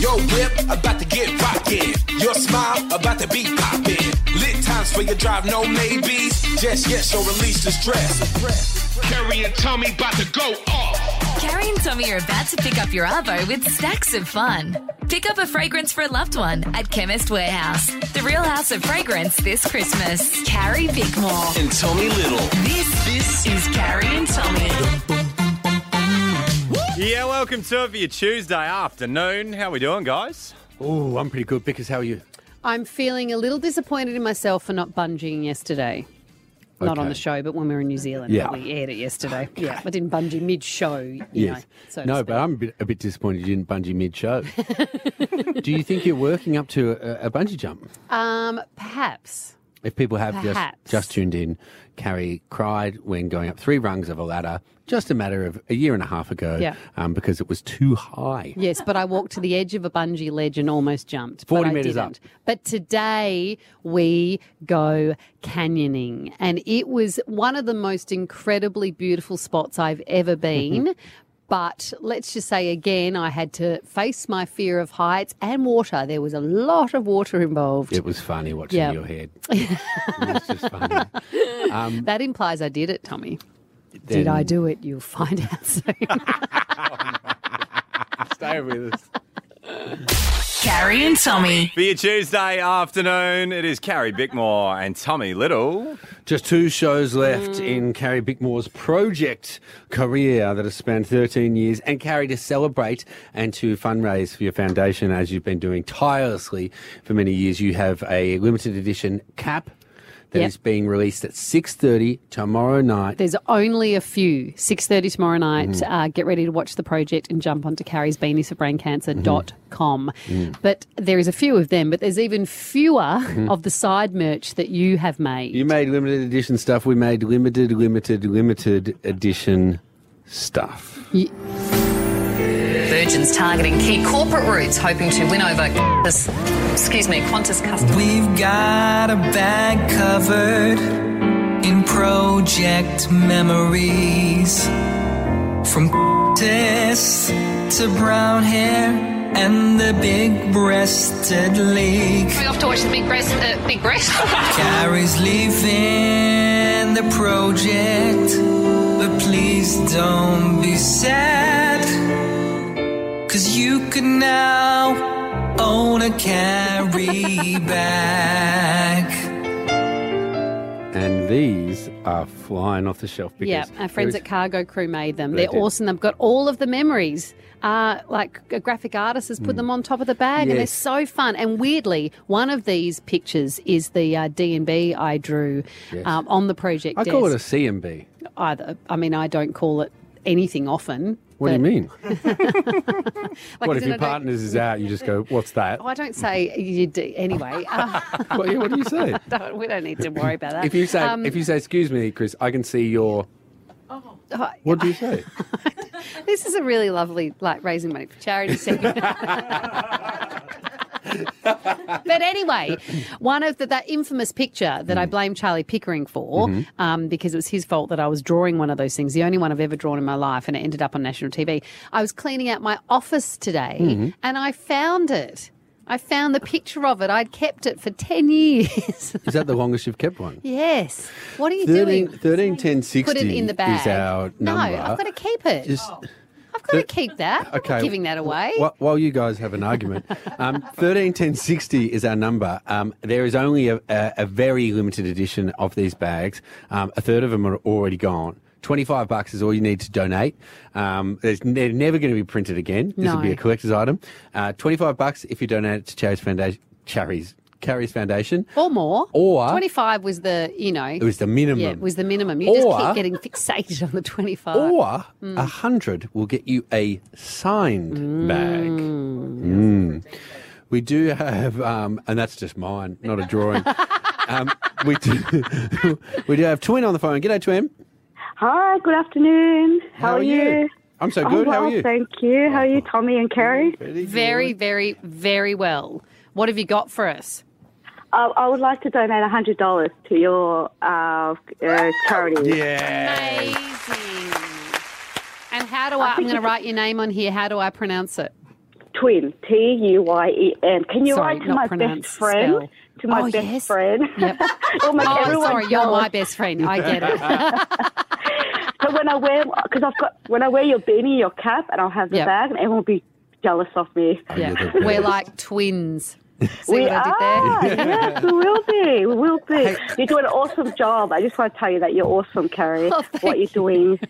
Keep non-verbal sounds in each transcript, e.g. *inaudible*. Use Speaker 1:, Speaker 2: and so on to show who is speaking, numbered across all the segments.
Speaker 1: Your whip about to get rockin'. Your smile about to be poppin'. Lit times for your drive, no maybes. Just yes, or release the stress.
Speaker 2: Carrie and Tommy about to go off.
Speaker 3: Carrie and Tommy are about to pick up your Arvo with stacks of fun. Pick up a fragrance for a loved one at Chemist Warehouse. The real house of fragrance this Christmas. Carrie Bickmore.
Speaker 4: And Tommy Little.
Speaker 3: This, this is Carrie and Tommy.
Speaker 5: Yeah, welcome to it for your Tuesday afternoon. How we doing, guys?
Speaker 6: Oh, I'm pretty good. Because how are you?
Speaker 7: I'm feeling a little disappointed in myself for not bungeeing yesterday. Not on
Speaker 6: Okay.
Speaker 7: the show, but when we were in New Zealand,
Speaker 6: Yeah.
Speaker 7: but we aired it yesterday. Yeah, I didn't bungee mid-show. You know, so to
Speaker 6: no,
Speaker 7: speak.
Speaker 6: but I'm a bit, a bit disappointed you didn't
Speaker 7: *laughs*
Speaker 6: bungee mid-show. Do you think you're working up to a, a bungee jump?
Speaker 7: um, perhaps
Speaker 6: If people have
Speaker 7: Perhaps.
Speaker 6: just just tuned in, Carrie cried when going up three rungs of a ladder just a matter of a year and a half ago
Speaker 7: Yeah.
Speaker 6: um, because it was too high.
Speaker 7: yes. But I walked to the edge of a bungee ledge and almost jumped. but
Speaker 6: 40
Speaker 7: I
Speaker 6: metres
Speaker 7: didn't.
Speaker 6: up.
Speaker 7: But today we go canyoning, and it was one of the most incredibly beautiful spots I've ever
Speaker 6: Mm-hmm.
Speaker 7: been. But let's just say again, I had to face my fear of heights and water. There was a lot of water involved.
Speaker 6: It was funny watching
Speaker 7: Yeah. *laughs*
Speaker 6: your head. it was just funny. Um,
Speaker 7: That implies I did it, Tommy. Did I do it? You'll find out soon.
Speaker 6: *laughs* Stay with us.
Speaker 3: Carrie and Tommy.
Speaker 5: For your Tuesday afternoon, it is Carrie Bickmore and Tommy Little.
Speaker 6: Just two shows left
Speaker 7: Mm.
Speaker 6: in Carrie Bickmore's project career that has spanned 13 years. And Carrie, to celebrate and to fundraise for your foundation, as you've been doing tirelessly for many years, you have a limited edition cap that is
Speaker 7: Yep.
Speaker 6: being released at 6.30 tomorrow night.
Speaker 7: There's only a few. 6.30 tomorrow night. Uh, get ready to watch the project and jump onto Carrie's Beanies for Brain Cancer dot com.
Speaker 6: Mm.
Speaker 7: But there is a few of them, but there's even fewer of the side merch that you have made.
Speaker 6: you made limited edition stuff. We made limited, limited, limited edition stuff.
Speaker 3: Virgin's targeting key corporate routes, hoping to win over Qantas, excuse me, Qantas customers.
Speaker 8: We've got a bag covered in project memories. From this to brown hair and the big breasted league.
Speaker 3: We're off to watch the big breast, uh, big breast. *laughs*
Speaker 8: Carrie's leaving the project, but please don't be sad. Cause you can now own a carry bag.
Speaker 6: And these are flying off the shelf. Because
Speaker 7: Yeah, our friends
Speaker 6: there
Speaker 7: at
Speaker 6: is-
Speaker 7: Cargo Crew made them.
Speaker 6: They
Speaker 7: They're
Speaker 6: did.
Speaker 7: awesome. They've got all of the memories. Uh, like a graphic artist has put them on top of the bag, and they're
Speaker 6: Mm. Yes.
Speaker 7: so fun. And weirdly, one of these pictures is the uh, D and B I drew um, on the project.
Speaker 6: I call it a
Speaker 7: desk.
Speaker 6: CMB.
Speaker 7: either. I mean, I don't call it anything often.
Speaker 6: What do you
Speaker 7: but-
Speaker 6: mean?
Speaker 7: Like,
Speaker 6: What
Speaker 7: as in I
Speaker 6: if your
Speaker 7: don't-
Speaker 6: partner's is out? You just
Speaker 7: *laughs*
Speaker 6: go, "What's that?"
Speaker 7: Oh, I don't say you do
Speaker 6: *laughs*
Speaker 7: anyway. Uh,
Speaker 6: What, yeah, what do
Speaker 7: *laughs*
Speaker 6: you say?
Speaker 7: don't, we don't need to worry about that.
Speaker 6: If you say,
Speaker 7: Um, oh,
Speaker 6: if you say, "Excuse me, Chris, I can see your,"
Speaker 7: hi-
Speaker 6: *laughs* what do you say?
Speaker 7: this is a really lovely, like raising money for charity
Speaker 6: *laughs*
Speaker 7: segment. but anyway, one of the, that infamous picture that
Speaker 6: Mm.
Speaker 7: I blame Charlie Pickering for,
Speaker 6: Mm-hmm.
Speaker 7: um, because it was his fault that I was drawing one of those things, the only one I've ever drawn in my life, and it ended up on national TV. I was cleaning out my office today
Speaker 6: Mm-hmm.
Speaker 7: and I found it. I found the picture of it. I'd kept it for 10 years.
Speaker 6: *laughs*
Speaker 7: *laughs*
Speaker 6: Is that the longest you've kept one?
Speaker 7: yes. What are you
Speaker 6: 13,
Speaker 7: doing?
Speaker 6: 13 10, 60
Speaker 7: Put it in the bag.
Speaker 6: is our
Speaker 7: no,
Speaker 6: number.
Speaker 7: I've got to keep it. Oh.
Speaker 6: Just-
Speaker 7: I've got to keep that. I'm not giving that away.
Speaker 6: wh- while you guys have an argument, um, thirteen ten sixty is our number. Um, there is only a, a, a very limited edition of these bags. Um, a third of them are already gone. Twenty five bucks is all you need to donate. Um, there's, they're never going to be printed again. This will be
Speaker 7: No.
Speaker 6: a collector's item. Uh, Twenty five bucks if you donate it to Charities Foundation. Charities. Carries Foundation.
Speaker 7: Or more.
Speaker 6: Or-
Speaker 7: 25 was the, you know.
Speaker 6: It was the minimum.
Speaker 7: Yeah, it was the minimum. You
Speaker 6: Or-
Speaker 7: just keep getting fixated on the Hmm. 25.
Speaker 6: Or
Speaker 9: Mm.
Speaker 6: a hundred will get you a signed bag. Mm. We do have, um, and that's just mine, not a
Speaker 9: *laughs*
Speaker 6: drawing. um, we do, *laughs* we do have Twin on the phone. G'day, Twin.
Speaker 9: Hi, good afternoon. How, are you?
Speaker 6: I'm so good.
Speaker 9: Oh,
Speaker 6: How are
Speaker 9: well,
Speaker 6: you?
Speaker 9: Thank you. How are you, Tommy and Kerry?
Speaker 7: very, very, very well. What have you got for us?
Speaker 9: Uh, I would like to donate hundred dollars to your uh, uh, charity.
Speaker 6: Yeah.
Speaker 7: Amazing. And how do I, I am going to write your name on here. How do I pronounce it?
Speaker 9: Twin, T U Y E N. Can you
Speaker 7: Sorry,
Speaker 9: write to
Speaker 7: not
Speaker 9: my
Speaker 7: pronounce,
Speaker 9: best friend?
Speaker 7: spell.
Speaker 9: To my
Speaker 7: Oh,
Speaker 9: best
Speaker 7: yes.
Speaker 9: friend.
Speaker 7: Yep.
Speaker 9: *laughs* Almost
Speaker 7: Oh,
Speaker 9: everyone
Speaker 7: sorry, you're
Speaker 9: knows.
Speaker 7: my best friend. I get it.
Speaker 9: *laughs*
Speaker 7: *laughs*
Speaker 9: But when I wear, because I've got, when I wear your beanie, your cap, and I'll have the
Speaker 7: Yep.
Speaker 9: bag, and everyone will be jealous of me.
Speaker 6: Oh, Yeah,
Speaker 7: Yeah.
Speaker 6: the
Speaker 7: We're
Speaker 6: best.
Speaker 7: like
Speaker 9: *laughs*
Speaker 7: twins. See
Speaker 9: we
Speaker 7: what I did there?
Speaker 9: are. yes, we will be. We will be. You do an awesome job. I just want to tell you that you're awesome, Carrie.
Speaker 7: *laughs* Oh, thank
Speaker 9: what you're doing,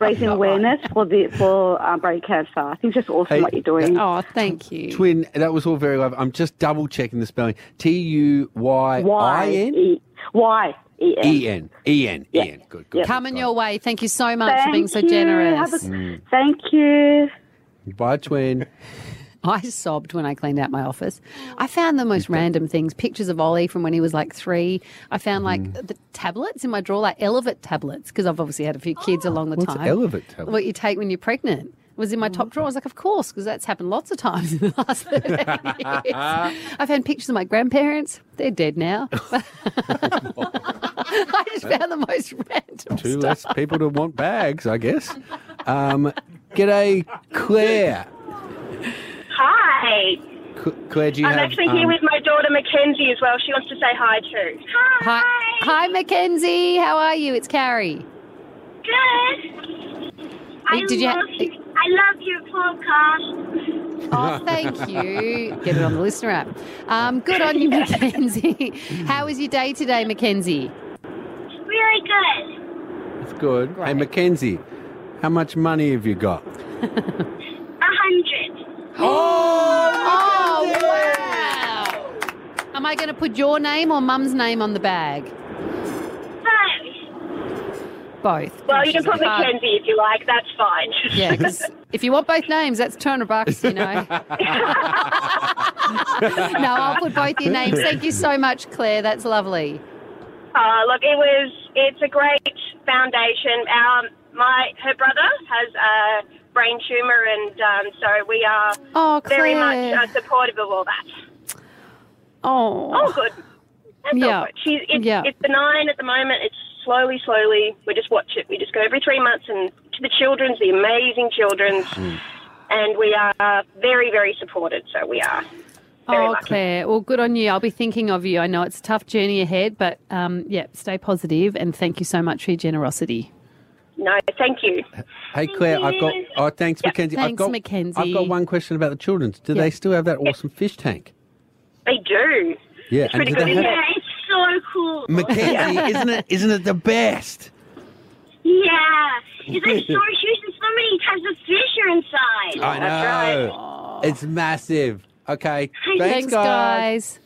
Speaker 9: raising awareness for the for um, brain cancer. I think it's just awesome
Speaker 6: Hey,
Speaker 9: what you're doing.
Speaker 7: Oh, thank you.
Speaker 6: Twin, that was all very live. I'm just double checking the spelling. T U Y I
Speaker 9: Y
Speaker 6: N
Speaker 9: E Y E N.
Speaker 6: E N E N E N. Good, good.
Speaker 7: Coming
Speaker 6: Got
Speaker 7: your way. Thank you so much for
Speaker 9: Thank
Speaker 7: being so
Speaker 9: you.
Speaker 7: generous.
Speaker 9: Have a-
Speaker 6: Mm.
Speaker 9: Thank
Speaker 6: *laughs*
Speaker 9: *laughs* you.
Speaker 6: it.
Speaker 9: *laughs*
Speaker 6: Bye, Twin.
Speaker 7: *laughs* I sobbed when I cleaned out my office. I found the most random things pictures of Ollie from when he was like three. I found like
Speaker 6: Mm-hmm.
Speaker 7: the tablets in my drawer, like Elevate tablets, because I've obviously had a few kids along the
Speaker 6: Oh. What's
Speaker 7: time.
Speaker 6: Elevate tablet? Oh.
Speaker 7: What you take when you're pregnant. Was in my top drawer. I was like, of course, because that's happened lots of times in the last
Speaker 6: *laughs*
Speaker 7: 30 years. I found pictures of my grandparents. They're dead
Speaker 6: *laughs*
Speaker 7: now. *laughs* I just found the most random
Speaker 6: Two
Speaker 7: stuff.
Speaker 6: less people to want bags, I guess. Um, g'day, Claire.
Speaker 4: Hi.
Speaker 6: Cl- Claire, do you
Speaker 4: I'm
Speaker 6: have?
Speaker 4: actually
Speaker 6: um,
Speaker 4: here with my daughter Mackenzie as well. She wants to say hi too.
Speaker 7: Hi, hi, Mackenzie. How are you? It's Carrie.
Speaker 4: Good.
Speaker 7: Hey, did you ha-
Speaker 4: I love your podcast.
Speaker 7: Oh, thank you. Get it on the listener app. Um, good on you, *laughs* Mackenzie. How was your day today, Mackenzie?
Speaker 4: Really good.
Speaker 6: It's good. Hey, Mackenzie, how much money have you got?
Speaker 4: A hundred.
Speaker 7: Oh, wow. Am I going to put your name or mum's name on the bag?
Speaker 4: So,
Speaker 7: Both.
Speaker 4: well, you can put
Speaker 7: Uh,
Speaker 4: Mackenzie if you like. That's fine.
Speaker 7: Yeah,
Speaker 4: *laughs*
Speaker 7: 'cause *laughs* if you want both names, that's 200 bucks, you know. no, I'll put both your names. Thank you so much, Claire. That's lovely.
Speaker 4: Uh, look, it was. It's a great foundation. Our my her brother has a brain tumor, and um, so we are
Speaker 7: Oh, Claire.
Speaker 4: very much uh, supportive of all that.
Speaker 10: Oh,
Speaker 4: all good. That's
Speaker 7: Oh, Yeah.
Speaker 4: all good. She's, it's,
Speaker 7: Yeah.
Speaker 4: it's benign at the moment. It's slowly, slowly. We just watch it. We just go every three months and to the children's, the amazing children's.
Speaker 7: Hmm.
Speaker 4: And we are very, very supported. So we are. Very
Speaker 7: oh,
Speaker 4: lucky.
Speaker 7: Claire. Well, good on you. I'll be thinking of you. I know it's a tough journey ahead, but um, yeah, stay positive and thank you so much for your generosity.
Speaker 4: No, thank you.
Speaker 6: Hey, Claire, I've got. Oh, thanks, Mackenzie. I've
Speaker 7: Thanks,
Speaker 6: got,
Speaker 7: Mackenzie.
Speaker 6: I've got one question about the children's. Do
Speaker 7: Yeah.
Speaker 6: they still have that awesome fish tank?
Speaker 4: They do.
Speaker 6: Yeah,
Speaker 4: It's pretty
Speaker 6: do
Speaker 4: good,
Speaker 6: they
Speaker 4: isn't
Speaker 6: have-
Speaker 4: it? It's so cool. *laughs*
Speaker 6: Mackenzie, isn't it? Isn't it the best?
Speaker 4: Yeah. It's like
Speaker 6: *laughs*
Speaker 4: so huge and so many types of fish are inside.
Speaker 6: I know. It's massive. Okay. Thanks,
Speaker 7: Thanks, guys.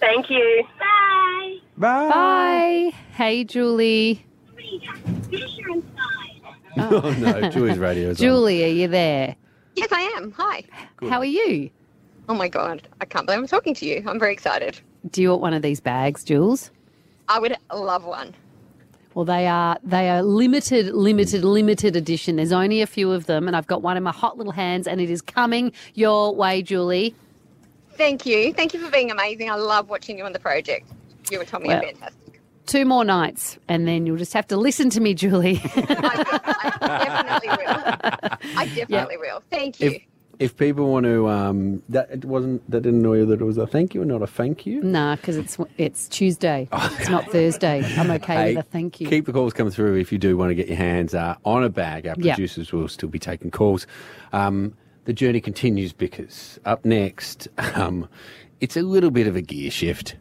Speaker 4: Thank you. Bye.
Speaker 6: Bye.
Speaker 7: Bye. Hey, Julie.
Speaker 4: So many types of fish are inside.
Speaker 6: *laughs* Oh no, Julie's radio is on.
Speaker 7: Julie, are you there?
Speaker 11: Yes, I am. Hi.
Speaker 7: How are you?
Speaker 11: Oh my God. I can't believe I'm talking to you. I'm very excited.
Speaker 7: Do you want one of these bags, Jules?
Speaker 11: I would love one.
Speaker 7: Well, they are they are limited, limited, limited edition. There's only a few of them, and I've got one in my hot little hands, and it is coming your way, Julie.
Speaker 11: Thank you. Thank you for being amazing. I love watching you on the project. You and Tommy
Speaker 7: Well-
Speaker 11: are fantastic.
Speaker 7: Two more nights, and then you'll just have to listen to me, Julie. *laughs*
Speaker 11: I, I definitely will. I definitely will.
Speaker 9: *laughs*
Speaker 11: Thank you.
Speaker 6: If if people want to, um, that it wasn't that didn't know that it was a thank you and not a thank you.
Speaker 7: Nah, because it's it's Tuesday. It's not Thursday. I'm okay
Speaker 6: Oh, Hey,
Speaker 7: with a thank you.
Speaker 6: Keep the calls coming through if you do want to get your hands uh, on a bag. Our
Speaker 7: Yeah.
Speaker 6: producers will still be taking calls. Um, the journey continues because up next, um, it's a little bit of a gear shift.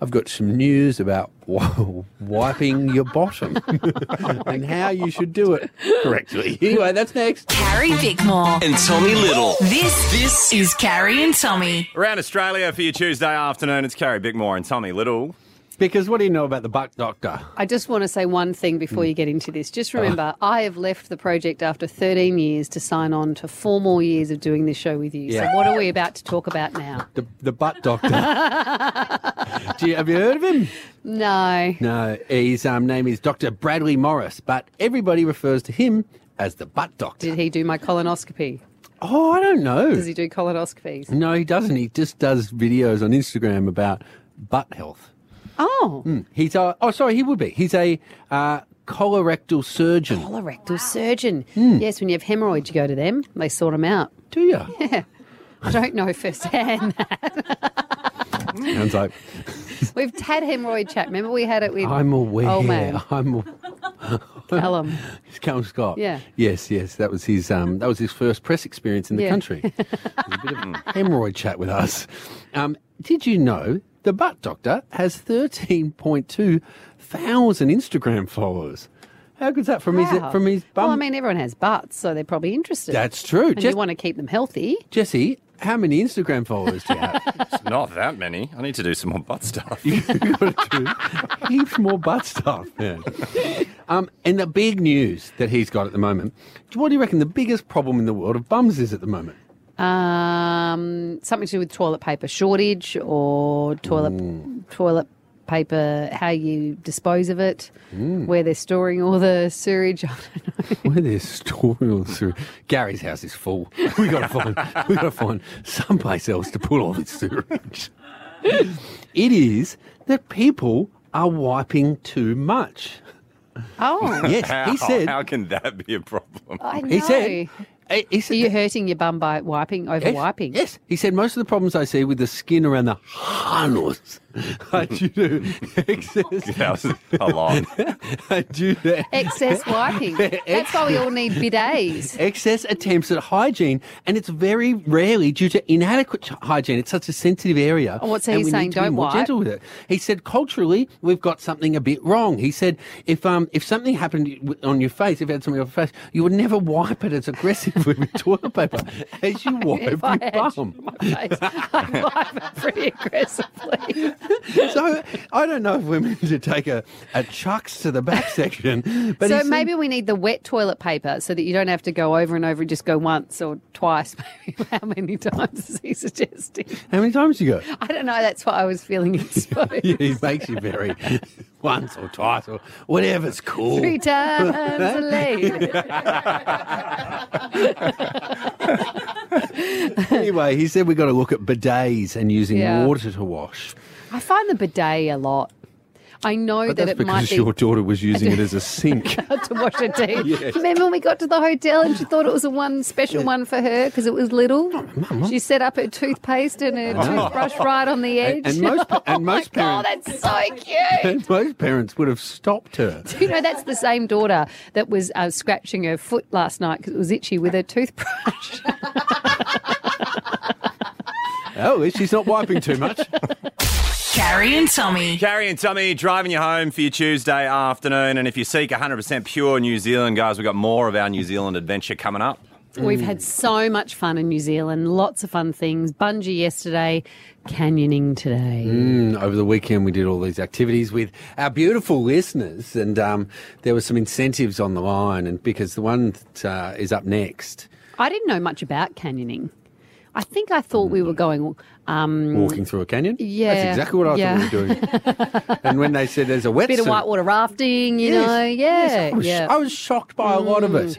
Speaker 6: I've got some news about w- *laughs* wiping your bottom *laughs* and how you should do it correctly. Anyway, that's next.
Speaker 3: Carrie Bickmore.
Speaker 1: And Tommy Little.
Speaker 3: This, this is Carrie and Tommy.
Speaker 5: Around Australia for your Tuesday afternoon, it's Carrie Bickmore and Tommy Little.
Speaker 6: Because what do you know about the buck doctor?
Speaker 7: I just want to say one thing before you get into this.
Speaker 6: Oh.
Speaker 7: Just remember, I have left the project after 13 years to sign on to four more years of doing this show with you.
Speaker 6: Yeah.
Speaker 7: So, what are we about to talk about now?
Speaker 6: The, the butt doctor. *laughs* Do you, have you heard of him?
Speaker 7: No.
Speaker 6: No, his um, name is Dr. Bradley Morris, but everybody refers to him as the butt doctor.
Speaker 7: Did he do my colonoscopy?
Speaker 6: Oh, I don't know.
Speaker 7: Does he do colonoscopies?
Speaker 6: no, he doesn't. He just does videos on Instagram about butt health.
Speaker 7: Oh,
Speaker 6: He's a, oh, sorry, he would be. He's a uh, colorectal surgeon. Hmm.
Speaker 7: *laughs* colorectal surgeon. Yes, when you have hemorrhoids, you go to them. They sort them out.
Speaker 6: Do you?
Speaker 7: I don't know firsthand *laughs* that.
Speaker 6: Sounds like
Speaker 7: We've had hemorrhoid chat. Remember we had it with
Speaker 6: I'm aware.
Speaker 7: Oh man,
Speaker 6: I'm aw- *laughs*
Speaker 7: Callum.
Speaker 6: It's Callum Scott.
Speaker 7: Yeah.
Speaker 6: Yes, yes. That was his um, that was his first press experience in the
Speaker 7: Yeah.
Speaker 6: country. It was a bit
Speaker 7: *laughs*
Speaker 6: of a hemorrhoid chat with us. Um, did you know the butt doctor has thirteen point two thousand
Speaker 12: *laughs*
Speaker 6: Instagram followers? How good's that from
Speaker 7: Wow.
Speaker 6: his from his bum?
Speaker 7: Well, I mean, everyone has butts, so they're probably interested.
Speaker 6: That's true.
Speaker 7: And
Speaker 6: Just-
Speaker 7: you want to keep them healthy.
Speaker 6: Jesse, how many Instagram followers do you have?
Speaker 5: It's not that many. I need to do some more butt
Speaker 6: *laughs*
Speaker 5: stuff.
Speaker 6: Heaps more butt stuff, man. Um, and the big news that he's got at the moment. What do you reckon the biggest problem in the world of bums is at the moment?
Speaker 7: Um, something to do with toilet paper shortage or toilet
Speaker 6: Hmm.
Speaker 7: toilet paper, how you dispose of it,
Speaker 6: Hmm.
Speaker 7: where they're storing all the sewage. I don't know.
Speaker 6: *laughs* Where there's story all through. Gary's house is full. We gotta find we gotta find someplace else to put all this sewage. it is that people are wiping too much.
Speaker 7: *laughs* Oh,
Speaker 6: Yes,
Speaker 5: How,
Speaker 6: he said.
Speaker 5: how can that be a problem?
Speaker 7: I know.
Speaker 6: he said. eh, He
Speaker 7: Are
Speaker 6: said
Speaker 7: you hurting your bum by wiping over
Speaker 6: yes,
Speaker 7: wiping?
Speaker 6: Yes, he said most of the problems I see with the skin around the harness *laughs* are due to
Speaker 5: *laughs*
Speaker 6: excess.
Speaker 5: That was a
Speaker 6: *laughs*
Speaker 5: lot.
Speaker 6: are due to
Speaker 7: Excess
Speaker 6: *laughs*
Speaker 7: wiping. That's why we all need bidets.
Speaker 6: excess attempts at hygiene, and it's very rarely due to inadequate ch- hygiene. It's such a sensitive area.
Speaker 7: Oh, what's he
Speaker 6: and we
Speaker 7: saying?
Speaker 6: Need to be
Speaker 7: Don't
Speaker 6: more
Speaker 7: wipe?
Speaker 6: gentle with it. He said culturally we've got something a bit wrong. He said if um if something happened w- on your face, if you had something on your face, you would never wipe it as aggressively with *laughs* toilet paper as you wipe
Speaker 7: *laughs*
Speaker 6: your
Speaker 7: If I
Speaker 6: *laughs*
Speaker 7: had
Speaker 6: bum.
Speaker 7: my
Speaker 9: *laughs*
Speaker 7: face, I'd wipe it pretty aggressively.
Speaker 6: So I don't know if we're *laughs* meant to take a, a chucks to the back *laughs* section, but he
Speaker 7: so
Speaker 6: said-
Speaker 7: maybe we need the wet toilet paper so that you don't have to go over and over and just go once or twice. *laughs* Maybe how many times is he suggesting?
Speaker 6: how many times you go?
Speaker 7: I don't know. That's why I was
Speaker 6: *laughs*
Speaker 7: feeling exposed.
Speaker 6: Yeah, he makes you very *laughs* once or twice or whatever's cool. *laughs*
Speaker 7: Three times a lady.
Speaker 6: Anyway, he said we've got to look at bidets and using
Speaker 7: Yeah.
Speaker 6: water to wash.
Speaker 7: I find the bidet a lot. I know
Speaker 6: But
Speaker 7: that
Speaker 6: that's
Speaker 7: it might
Speaker 6: because
Speaker 7: be *laughs*
Speaker 6: your daughter was using it as a sink.
Speaker 7: to wash her
Speaker 6: *laughs*
Speaker 7: teeth. Remember when we got to the hotel and she thought it was a one special one for her because it was little?
Speaker 6: Oh,
Speaker 7: She set up her toothpaste and
Speaker 6: *laughs*
Speaker 7: her toothbrush right on the edge.
Speaker 6: and, and
Speaker 7: *laughs*
Speaker 6: most pa- and most
Speaker 7: oh,
Speaker 6: parents
Speaker 7: that's so cute.
Speaker 6: and *laughs* most parents would have stopped
Speaker 7: *laughs*
Speaker 6: her.
Speaker 7: You know, that's the same daughter that was uh, scratching her foot last night because it was itchy with her toothbrush.
Speaker 6: Oh, she's not wiping too much.
Speaker 3: Carrie and Tommy.
Speaker 5: Carrie and Tommy driving you home for your Tuesday afternoon. And if you seek 100% pure New Zealand, guys, we've got more of our New Zealand adventure coming up.
Speaker 6: Mm.
Speaker 7: We've had so much fun in New Zealand, lots of fun things. Bungee yesterday, canyoning today.
Speaker 6: Mm, Over the weekend, we did all these activities with our beautiful listeners, and um, there were some incentives on the line. And because the one that uh, is up next,
Speaker 7: I didn't know much about canyoning. I think I thought we were going. Um,
Speaker 6: walking through a canyon,
Speaker 7: Yeah,
Speaker 6: that's exactly what I
Speaker 7: yeah.
Speaker 6: thought we were doing. and when they said there's a
Speaker 7: *laughs*
Speaker 6: wetsuit,
Speaker 7: bit of whitewater rafting, you
Speaker 6: Yes,
Speaker 7: know.
Speaker 6: yes,
Speaker 7: Yeah,
Speaker 6: I was,
Speaker 7: yeah.
Speaker 6: I was shocked by a lot of it.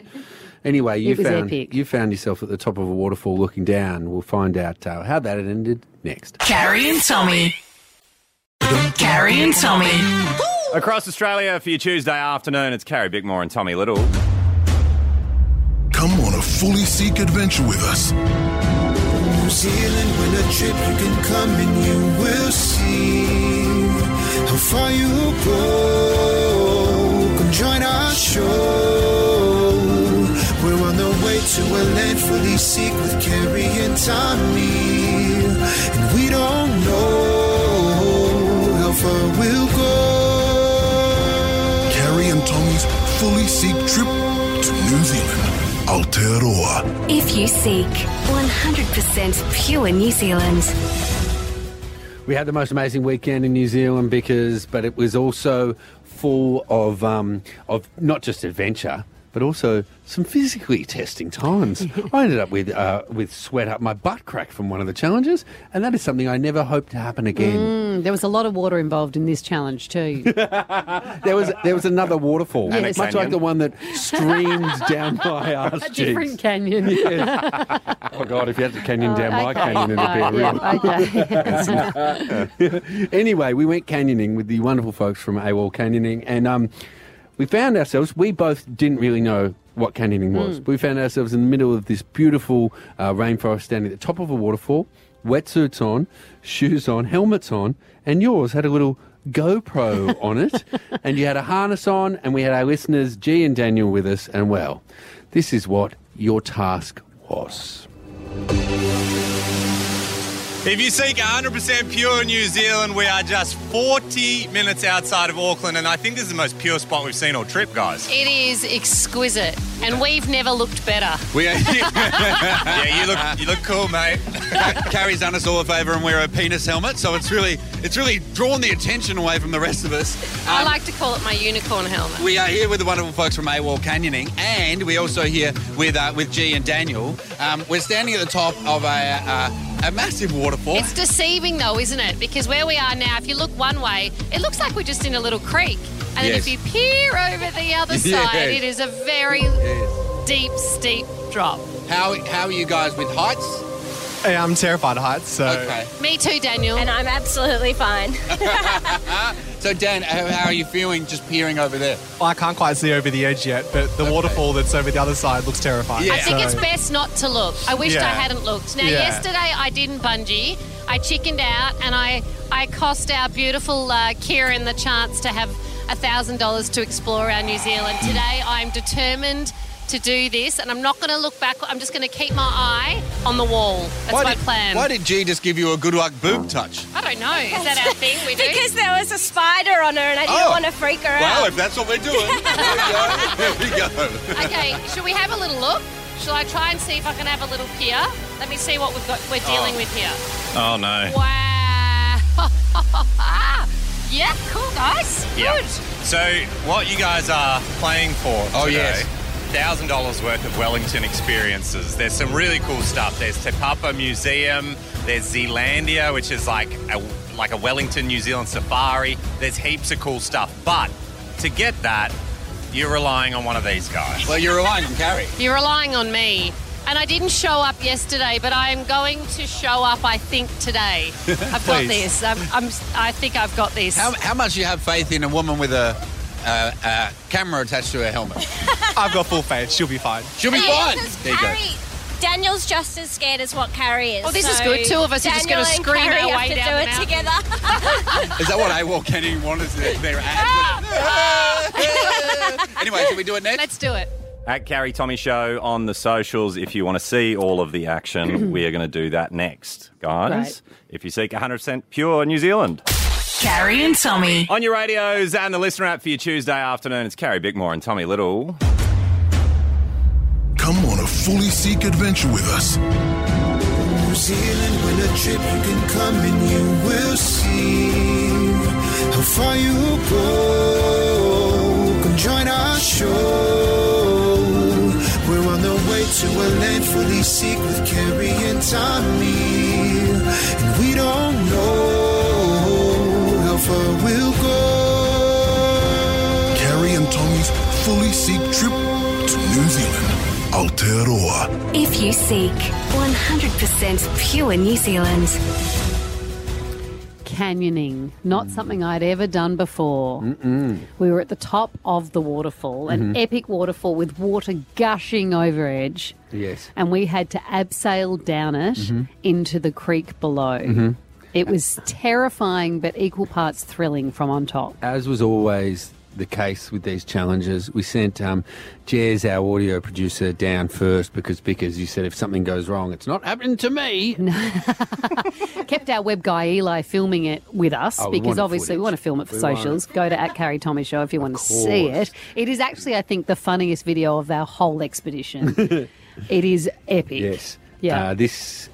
Speaker 6: Anyway, you
Speaker 7: Mm. It was
Speaker 6: found
Speaker 7: epic.
Speaker 6: you found yourself at the top of a waterfall looking down. We'll find out uh, how that ended next.
Speaker 3: Carrie and Tommy. Carrie and Tommy.
Speaker 5: Across Australia for your Tuesday afternoon, it's Carrie Bickmore and Tommy Little.
Speaker 1: Come on a fully seek adventure with us.
Speaker 8: New Zealand, when a trip you can come and you will see how far you go. Come join our show. We're on the way to a land fully seek with Carrie and Tommy, and we don't know how far we'll go.
Speaker 1: Carrie and Tommy's fully seek trip to New Zealand. Aotearoa.
Speaker 3: If you seek 100% pure New Zealand.
Speaker 6: We had the most amazing weekend in New Zealand because, but it was also full of um, of not just adventure. But also some physically testing times. I ended up with uh, with sweat up my butt crack from one of the challenges, and that is something I never hope to happen again.
Speaker 7: Mm, There was a lot of water involved in this challenge
Speaker 6: *laughs*
Speaker 7: too.
Speaker 6: There was there was another waterfall,
Speaker 7: And a Yes.
Speaker 6: much
Speaker 5: canyon.
Speaker 6: like the one that streamed down my
Speaker 7: *laughs*
Speaker 6: arse
Speaker 7: a
Speaker 6: cheeks.
Speaker 7: different *laughs* canyon.
Speaker 6: *laughs* Oh God! If you had to canyon down my
Speaker 7: Oh, Okay,
Speaker 6: canyon, it'd be a
Speaker 7: right,
Speaker 6: real.
Speaker 7: yeah, okay.
Speaker 6: *laughs* Anyway, we went canyoning with the wonderful folks from AWOL Canyoning, and um, we found ourselves. We both didn't really know what canyoning was.
Speaker 13: Mm.
Speaker 6: We found ourselves in the middle of this beautiful uh, rainforest standing at the top of a waterfall, wetsuits on, shoes on, helmets on, and yours had a little GoPro on it, and you had a harness on, and we had our listeners, G and Daniel, with us. And well, this is what your task was.
Speaker 5: If you seek 100% pure New Zealand, we are just 40 minutes outside of Auckland, and I think this is the most pure spot we've seen all trip, guys.
Speaker 7: It is exquisite, and we've never looked better.
Speaker 5: We are, yeah, you look you look cool, mate.
Speaker 12: *laughs* Carrie's done us all a favour and wear a penis helmet, so it's really it's really drawn the attention away from the rest of us.
Speaker 7: I like to call it my unicorn helmet.
Speaker 12: We are here with the wonderful folks from AWOL Canyoning, and we're also here with uh, with G and Daniel. Um, we're standing at the top of a uh, a massive waterfall.
Speaker 7: It's deceiving though, isn't it? Because where we are now, if you look one way, it looks like we're just in a little creek. And then
Speaker 12: Yes.
Speaker 7: if you peer over the other
Speaker 12: *laughs* Yes.
Speaker 7: side, it is a very deep, steep drop.
Speaker 12: how how are you guys with heights?
Speaker 14: Hey, I'm terrified of heights, so.
Speaker 12: Okay.
Speaker 7: Me too, Daniel.
Speaker 15: And I'm absolutely fine.
Speaker 12: So Dan, how, how are you feeling just peering over there?
Speaker 14: Well, I can't quite see over the edge yet, but the waterfall that's over the other side looks terrifying.
Speaker 7: I think
Speaker 14: so-
Speaker 7: it's best not to look. I wished I
Speaker 14: Yeah.
Speaker 7: hadn't looked. Now,
Speaker 14: Yeah.
Speaker 7: yesterday I didn't bungee. I chickened out and I, I cost our beautiful uh, Kieran the chance to have $1,000 to explore our New Zealand.
Speaker 12: Mm.
Speaker 7: Today I'm determined to do this and I'm not going to look back. I'm just going to keep my eye on the wall. That's
Speaker 12: Why
Speaker 7: my
Speaker 12: did-
Speaker 7: plan.
Speaker 12: Why did G just give you a good luck boob touch?
Speaker 7: I don't know. Is that our thing we do?
Speaker 15: because there was a spider on her and I didn't
Speaker 12: Oh.
Speaker 15: want to freak her
Speaker 12: Wow,
Speaker 15: out.
Speaker 12: if that's what
Speaker 7: *laughs*
Speaker 12: we're doing, there we go. There we go.
Speaker 7: okay, should we have a little look? Shall I try and see if I can have a little peer? Let me see what we've got. We're dealing with here.
Speaker 5: Oh no.
Speaker 7: Wow. *laughs* yeah, cool, guys.
Speaker 5: Yeah. So what you guys are playing for?
Speaker 12: Oh,
Speaker 5: today,
Speaker 12: yes.
Speaker 5: Thousand dollars worth of Wellington experiences. There's some really cool stuff. There's Te Papa Museum. There's Zealandia, which is like a, like a Wellington New Zealand safari. There's heaps of cool stuff. But to get that, you're relying on one of these guys.
Speaker 12: Well, you're relying on Carrie.
Speaker 7: You're relying on me. And I didn't show up yesterday, but I am going to show up, I think,
Speaker 12: *laughs*
Speaker 7: today. I've got
Speaker 12: Please.
Speaker 7: this. I'm, I'm, I think I've got this.
Speaker 12: How, how much do you have faith in a woman with a uh, uh, camera attached to her helmet?
Speaker 14: *laughs*
Speaker 12: I've got full faith. She'll be fine. She'll be
Speaker 15: Hey,
Speaker 12: fine.
Speaker 15: this is
Speaker 12: There you go.
Speaker 15: Carrie. Daniel's just as scared as what Carrie is.
Speaker 7: Well, Oh, this is
Speaker 15: so
Speaker 7: good. Two of us are just
Speaker 15: Daniel
Speaker 7: gonna
Speaker 15: and
Speaker 7: scream
Speaker 15: Carrie
Speaker 7: our
Speaker 15: have
Speaker 7: way
Speaker 15: to
Speaker 7: down
Speaker 15: do
Speaker 7: the
Speaker 15: it
Speaker 12: *laughs*
Speaker 15: together. *laughs*
Speaker 12: Is that what AWOL Canyon wanted
Speaker 7: *laughs*
Speaker 12: their, their ad? anyway, should we do it next?
Speaker 7: Let's do it.
Speaker 16: At Carrie Tommy Show on the socials, if you want to see all of the action, we are going to do that next, guys.
Speaker 17: Right.
Speaker 16: If you seek 100% pure New Zealand.
Speaker 17: Carrie and Tommy.
Speaker 16: On your radios and the listener app for your Tuesday afternoon, it's Carrie Bickmore and Tommy Little.
Speaker 8: Come on a fully seek adventure with us. New Zealand winter trip, you can come and you will see how far you will go. Come join our show. We're on the way to a land fully seek with Carrie and Tommy. And we don't know how far we'll go.
Speaker 1: Carrie and Tommy's fully seek trip to New Zealand. Aotearoa.
Speaker 18: If you seek 100% pure New Zealand.
Speaker 13: Canyoning, not
Speaker 12: Mm.
Speaker 13: something I'd ever done before.
Speaker 6: Mm-mm.
Speaker 13: We were at the top of the waterfall, an
Speaker 12: Mm-hmm.
Speaker 6: Mhm.
Speaker 13: epic waterfall with water gushing over edge,
Speaker 6: Yes.
Speaker 13: and we had to abseil down it
Speaker 6: Mhm.
Speaker 12: Mm-hmm.
Speaker 13: into the creek below.
Speaker 6: Mhm.
Speaker 13: It was terrifying, but equal parts thrilling from on top.
Speaker 6: As was always the case with these challenges, we sent um, Jez, our audio producer, down first because, because you said if something goes wrong, it's not happening to me.
Speaker 13: Kept our web guy Eli filming it with us
Speaker 6: Oh, we
Speaker 13: because
Speaker 6: wanted
Speaker 13: obviously we want to film it for
Speaker 6: We
Speaker 13: socials. Go to at Carrie Tommy Show if you want to see
Speaker 6: course.
Speaker 13: it. It is actually, I think, the funniest video of our
Speaker 6: *laughs*
Speaker 13: whole expedition. it is epic.
Speaker 6: Yes.
Speaker 13: Yeah.
Speaker 6: Uh, this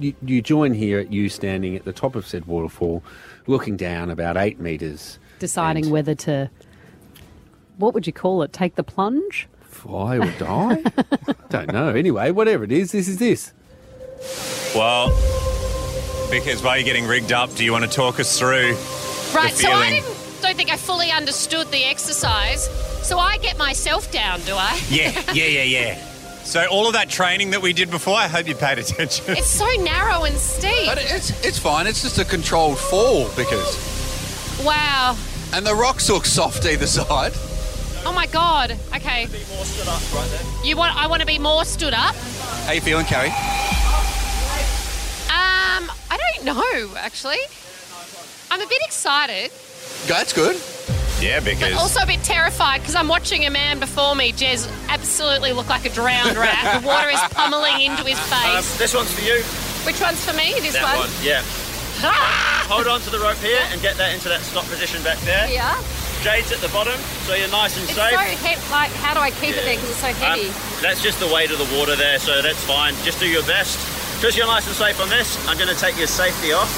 Speaker 6: you, you join here at you standing at the top of said waterfall, looking down about eight meters.
Speaker 13: Deciding whether to, what would you call it? Take the plunge?
Speaker 6: Fly or die? Don't know. Anyway, whatever it is, this is this.
Speaker 5: Well, because while you're getting rigged up, do you want to talk us through
Speaker 7: Right,
Speaker 5: the
Speaker 7: so I
Speaker 5: feeling?
Speaker 7: didn't, don't think I fully understood the exercise. So I get myself down, do I?
Speaker 5: Yeah, yeah, yeah, yeah. So all of that training that we did before, I hope you paid attention.
Speaker 7: *laughs* It's so narrow and steep.
Speaker 12: But it's it's fine. It's just a controlled fall because.
Speaker 7: Wow.
Speaker 12: And the rocks look soft either side.
Speaker 13: Oh my god. Okay. You want? I want to be more stood up.
Speaker 12: How you feeling, Carrie?
Speaker 13: Um, I don't know actually. I'm a bit excited,
Speaker 12: That's good.
Speaker 5: Yeah,
Speaker 13: but
Speaker 5: because *laughs*
Speaker 13: also a bit terrified because I'm watching a man before me, Jez, absolutely look like a drowned rat. the water is pummeling into his
Speaker 19: Um,
Speaker 13: face.
Speaker 19: this one's for you.
Speaker 13: Which one's for me? This
Speaker 19: Um, that one.
Speaker 13: one.
Speaker 19: Yeah.
Speaker 13: Ah!
Speaker 19: Hold on to the rope here and get that into that stop position back there.
Speaker 13: *laughs* Yeah.
Speaker 19: Jade's at the bottom, so you're nice and
Speaker 13: It's
Speaker 19: safe.
Speaker 13: so he- like how do I keep it there because it's so
Speaker 19: Um,
Speaker 13: heavy?
Speaker 19: that's just the weight of the water there, so that's fine. Just do your best. Because you're nice and safe on this, I'm going to take your safety
Speaker 13: *laughs*
Speaker 19: off.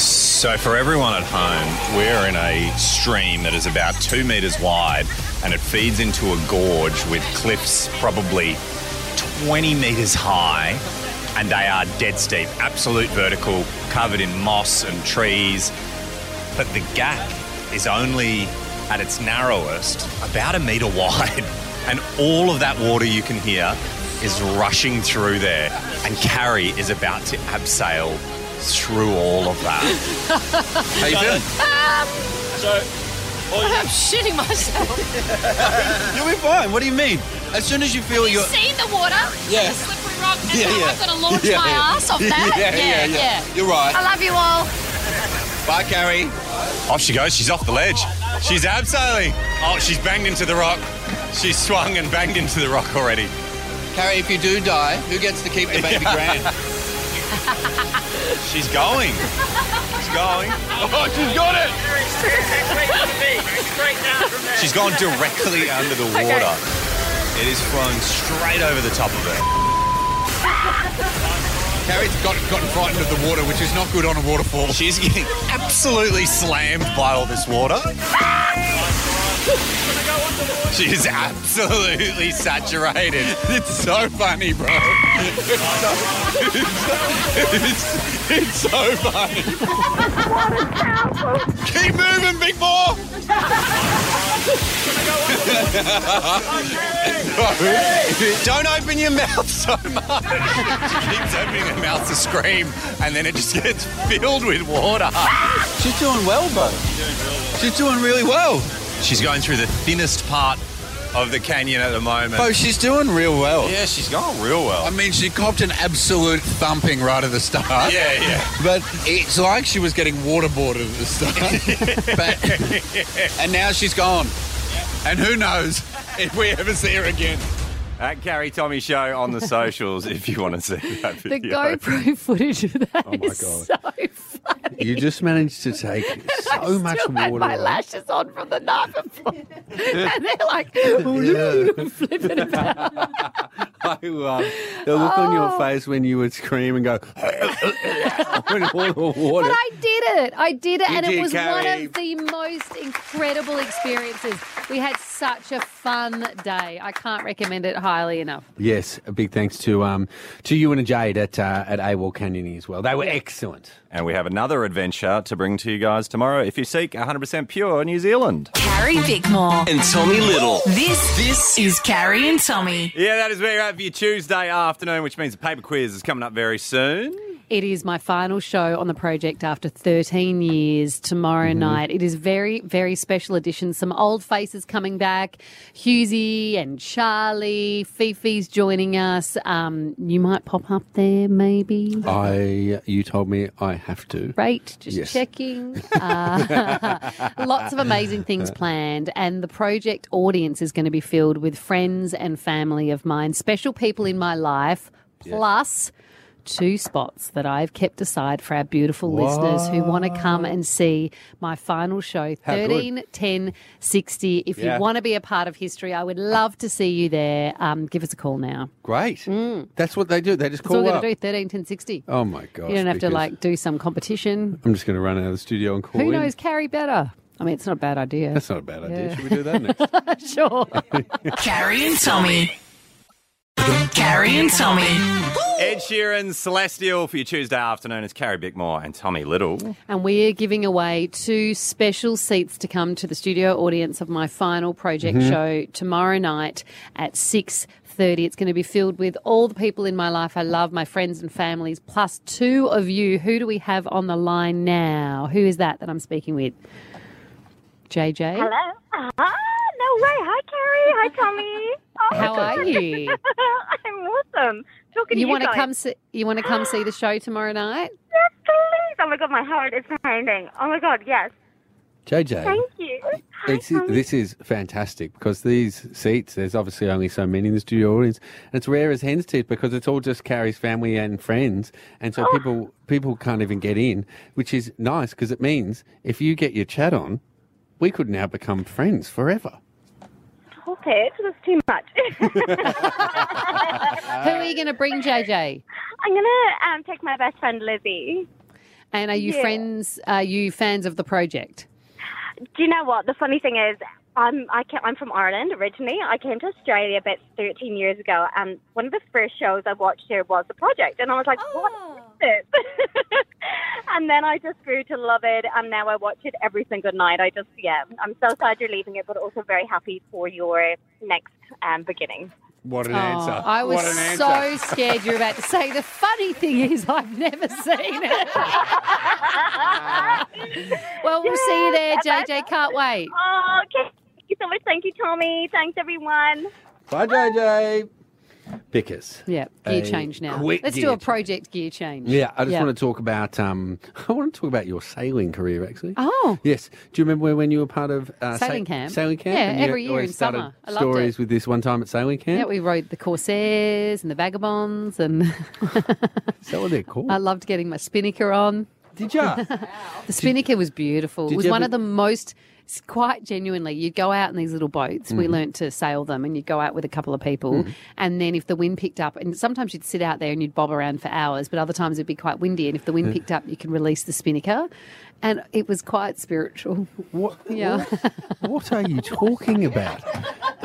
Speaker 5: So, for everyone at home, we're in a stream that is about two meters wide and it feeds into a gorge with cliffs probably 20 meters high. And they are dead steep, absolute vertical, covered in moss and trees. But the gap is only at its narrowest, about a meter wide. *laughs* And all of that water you can hear is rushing through there. And Carrie is about to abseil through all of that.
Speaker 12: How you feeling?
Speaker 13: Um,
Speaker 19: so,
Speaker 13: I'm shitting myself.
Speaker 12: You'll be fine. What do you mean? As soon as you feel
Speaker 13: you
Speaker 12: you're.
Speaker 13: see the water?
Speaker 12: Yeah.
Speaker 13: The slippery rock. And
Speaker 12: Yeah,
Speaker 13: now
Speaker 12: yeah.
Speaker 13: I've got to
Speaker 12: *laughs*
Speaker 13: launch
Speaker 12: Yeah,
Speaker 13: my
Speaker 12: yeah.
Speaker 13: ass off that.
Speaker 12: Yeah, yeah, yeah. You're right.
Speaker 13: I love you all.
Speaker 12: Bye, Carrie.
Speaker 5: Off she goes. She's off the ledge. She's abseiling. Oh, she's banged into the rock. She's swung and banged into the rock already.
Speaker 12: Carrie, if you do die, who gets to keep the baby
Speaker 5: Yeah.
Speaker 12: grand?
Speaker 5: *laughs* She's going. She's going. *laughs* Oh, she's got it.
Speaker 19: Straight down from there.
Speaker 5: She's gone directly under the water.
Speaker 19: Okay.
Speaker 13: *laughs*
Speaker 5: It is flowing straight over the top of her.
Speaker 12: Carrie's got, gotten frightened of the water, which is not good on a waterfall.
Speaker 5: She's getting absolutely slammed by all this water. She is absolutely saturated.
Speaker 12: It's so funny, bro. It's so, it's, it's, it's so funny. Keep moving, big boy.
Speaker 5: *laughs* Don't open your mouth so much. She keeps opening her mouth to scream, and then it just gets filled with water.
Speaker 12: She's doing well, bro. She's doing really well.
Speaker 5: She's going through the thinnest part of the canyon at the moment.
Speaker 12: Bo, she's doing real well.
Speaker 5: Yeah, she's going Oh, real well.
Speaker 12: I mean, she copped an absolute thumping right at the start.
Speaker 5: Yeah, yeah.
Speaker 12: But it's like she was getting waterboarded at the
Speaker 5: *laughs*
Speaker 12: start. but, and now she's gone. And who knows if we ever see her again.
Speaker 20: At Carrie Tommy Show on the
Speaker 7: *laughs*
Speaker 20: socials if you want to see that
Speaker 12: *laughs*
Speaker 7: The
Speaker 20: video.
Speaker 7: GoPro footage of that
Speaker 20: Oh my
Speaker 7: is so funny.
Speaker 6: You just managed to take
Speaker 7: *laughs* I
Speaker 6: so much
Speaker 7: still had
Speaker 6: water.
Speaker 7: my
Speaker 6: off.
Speaker 7: lashes on from the night
Speaker 9: *laughs*
Speaker 7: before, and they're like
Speaker 6: *laughs*
Speaker 7: flipping about. Oh.
Speaker 6: I love the look on your face when you would scream and go *laughs* when all the water.
Speaker 7: But I did it. I did it,
Speaker 6: You
Speaker 7: and it
Speaker 6: did,
Speaker 7: was one
Speaker 6: Carrie.
Speaker 7: of the most incredible experiences. We had such a fun day. I can't recommend it highly enough.
Speaker 6: Yes, a big thanks to um to you and Jade at uh, at AWOL Canyoning as well. They were excellent.
Speaker 20: And we have another adventure to bring to you guys tomorrow if you seek 100% pure New Zealand.
Speaker 16: Carrie Bickmore.
Speaker 20: And Tommy Little.
Speaker 16: This, this is Carrie and Tommy.
Speaker 20: Yeah, that is where you're at for your Tuesday afternoon, which means the paper quiz is coming up very soon.
Speaker 7: It is my final show on the project after 13 years tomorrow night. It is very, very special edition. Some old faces coming back. Husey and Charlie, Fifi's joining us. Um, you might pop up there, maybe.
Speaker 6: I you told me I have to.
Speaker 7: Great, just
Speaker 6: Oh, Yes.
Speaker 7: checking. Uh, *laughs* lots of amazing
Speaker 6: *laughs* Uh,
Speaker 7: things planned, and the project audience is going to be filled with friends and family of mine, special people in my life, plus two spots that I've kept aside for our beautiful listeners who want to come and see my final show
Speaker 21: How good.
Speaker 7: 13 10 60. If
Speaker 6: Yeah.
Speaker 7: you want to be a part of history, I would love to see you there. Um, give us a call now.
Speaker 6: Great. That's what they do. They just
Speaker 7: Mm. That's all
Speaker 6: call
Speaker 7: we're
Speaker 6: up.
Speaker 7: going to do 13 10 60.
Speaker 6: Oh my gosh.
Speaker 7: you don't have to
Speaker 6: because
Speaker 7: like do some competition.
Speaker 6: I'm just going to run out of the studio and call
Speaker 7: Who
Speaker 6: in.
Speaker 7: knows Carrie better? I mean, it's not a bad idea.
Speaker 6: That's not a bad idea.
Speaker 7: Yeah.
Speaker 6: Should we do that
Speaker 7: *laughs*
Speaker 6: next?
Speaker 7: sure.
Speaker 16: Carrie and Tommy. Carrie and Tommy.
Speaker 20: Ed Sheeran, Celestial for your Tuesday afternoon. It's Carrie Bickmore and Tommy Little.
Speaker 7: And we're giving away two special seats to come to the studio audience of my final project
Speaker 6: Mm-hmm.
Speaker 20: Mhm.
Speaker 7: show tomorrow night at 6:30. It's going to be filled with all the people in my life I love, my friends and families, plus two of you. Who do we have on the line now? Who is that that I'm speaking with? JJ?
Speaker 21: Hello. Ah, no no way. Hi, Carrie.
Speaker 7: *laughs*
Speaker 21: Hi, Tommy. Oh,
Speaker 7: How are you?
Speaker 21: *laughs* I'm awesome. Talking to you.
Speaker 7: you want to
Speaker 21: guys.
Speaker 7: come? See, you want to come see the show tomorrow night?
Speaker 21: Yes, please. Oh my god, my heart is pounding. Oh my god, yes.
Speaker 6: JJ.
Speaker 21: Thank you. Hi,
Speaker 6: It's,
Speaker 21: Tommy.
Speaker 6: this is fantastic because these seats, there's obviously only so many in the studio audience, and it's rare as hen's teeth because it's all just Carrie's family and friends, and
Speaker 7: Oh.
Speaker 6: so people people can't even get in, which is nice because it means if you get your chat on, we could now become friends forever.
Speaker 21: Stop it. That's too much.
Speaker 7: *laughs* Who are you going to bring, JJ?
Speaker 21: I'm gonna um, take my best friend Lizzie.
Speaker 7: And are you
Speaker 21: Yeah.
Speaker 7: friends? Are you fans of the project?
Speaker 21: Do you know what? The funny thing is, I'm I ca I'm from Ireland originally. I came to Australia about 13 years ago, and one of the first shows I watched here was The Project, and I was like,
Speaker 7: Oh,
Speaker 21: what is this? and then I just grew to love it, and now I watch it every single night. I just yeah, I'm so sad you're leaving it, but also very happy for your next um, beginning.
Speaker 6: What an
Speaker 7: Oh,
Speaker 6: answer!
Speaker 7: I was
Speaker 6: what an answer. *laughs*
Speaker 7: so *laughs* scared you were about to say. The funny thing is, I've never *laughs* seen it. well, we'll see you there,
Speaker 21: Yeah,
Speaker 7: JJ. Can't wait.
Speaker 21: Oh, okay. Thank you so much. Thank you, Tommy. Thanks, everyone.
Speaker 6: Bye, JJ. Bickers.
Speaker 7: Yeah,
Speaker 6: A
Speaker 7: gear change now.
Speaker 6: quick
Speaker 7: Let's do
Speaker 6: gear
Speaker 7: a project gear change.
Speaker 6: Yeah, I just want to talk about. Um, *laughs* I want to talk about your sailing career, actually.
Speaker 7: Oh.
Speaker 6: yes. Do you remember when- when you were part of uh,
Speaker 7: Sailing camp?
Speaker 6: Sailing camp.
Speaker 7: Yeah,
Speaker 6: And you
Speaker 7: every year
Speaker 6: always
Speaker 7: in
Speaker 6: started
Speaker 7: summer. I loved
Speaker 6: Stories with this one time at sailing
Speaker 7: Yeah,
Speaker 6: camp.
Speaker 7: we rode the Corsairs and the Vagabonds, and
Speaker 6: Is that what they're called?
Speaker 7: I loved getting my spinnaker on.
Speaker 6: Did ya?
Speaker 7: *laughs* the spinnaker was beautiful.
Speaker 6: did
Speaker 7: It was
Speaker 6: you
Speaker 7: one
Speaker 6: ever-
Speaker 7: of the most, it's quite genuinely, you'd go out in these little boats. We
Speaker 6: Mhm.
Speaker 7: learnt to sail them, and you'd go out with a couple of people.
Speaker 6: Mhm.
Speaker 7: And then if the wind picked up, and sometimes you'd sit out there and you'd bob around for hours, but other times it'd be quite windy. And if the wind
Speaker 6: Yeah.
Speaker 7: picked up, you could release the spinnaker. And it was quite spiritual.
Speaker 6: *laughs* What?
Speaker 7: Yeah.
Speaker 6: What are you talking about?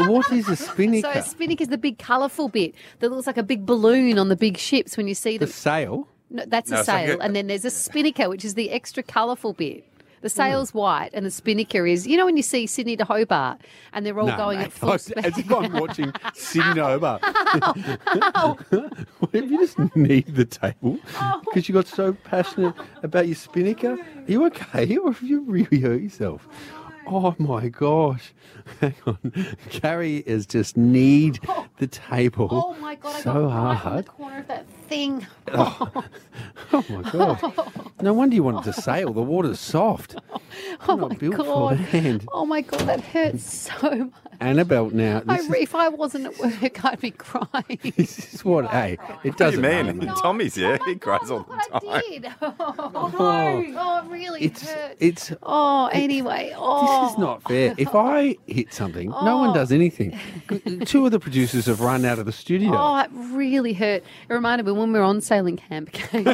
Speaker 6: what is a spinnaker?
Speaker 7: So a spinnaker is the big colourful bit that looks like a big balloon on the big ships when you see
Speaker 6: the
Speaker 7: them.
Speaker 6: sail.
Speaker 7: No, that's
Speaker 6: No,
Speaker 7: a
Speaker 6: it's like
Speaker 7: sail,
Speaker 6: a-
Speaker 7: and then there's a spinnaker, which is the extra colourful bit. The
Speaker 6: Hmm.
Speaker 7: sail's white, and the spinnaker is you know when you see Sydney to Hobart, and they're all
Speaker 6: No,
Speaker 7: going
Speaker 6: *laughs* mate,
Speaker 7: at full
Speaker 6: it's- It's if I'm watching
Speaker 7: *laughs*
Speaker 6: Sydney over.
Speaker 7: Ow.
Speaker 6: you just need the table
Speaker 7: Oh.
Speaker 6: because you got so passionate about your spinnaker. Are you okay? *laughs* Or have you really hurt yourself? Oh my gosh. *laughs* Hang on. Carrie is just need the table.
Speaker 7: *laughs* Oh my god! I got
Speaker 6: So
Speaker 7: right in the
Speaker 6: hard.
Speaker 7: corner of that thing. *laughs*
Speaker 6: Oh. oh my god. No wonder you wanted to sail. The
Speaker 7: *laughs*
Speaker 6: water's soft.
Speaker 7: Oh
Speaker 6: not
Speaker 7: my
Speaker 6: built for
Speaker 7: god! *laughs*
Speaker 6: land.
Speaker 7: Oh my god! That hurts so much.
Speaker 6: Annabelle now.
Speaker 7: I,
Speaker 6: This is-
Speaker 7: re- if I wasn't at work, I'd be crying.
Speaker 6: *laughs*
Speaker 7: *laughs*
Speaker 6: this is what, hey, it doesn't
Speaker 5: what do you
Speaker 6: matter,
Speaker 5: mean?
Speaker 6: mate.
Speaker 5: Tommy's yeah,
Speaker 7: Oh
Speaker 5: he cries all the
Speaker 7: I
Speaker 5: time.
Speaker 7: did. Oh,
Speaker 6: Oh.
Speaker 7: oh it really
Speaker 6: It's
Speaker 7: hurt.
Speaker 6: it's
Speaker 7: Oh,
Speaker 6: it-
Speaker 7: anyway. Oh,
Speaker 6: This is not fair.
Speaker 7: *laughs*
Speaker 6: If I hit something, no one
Speaker 7: Oh.
Speaker 6: does anything.
Speaker 7: *laughs*
Speaker 6: Two of the producers have run out of the studio.
Speaker 7: Oh, it really hurt. It reminded me when we were on sailing camp *laughs* occasionally.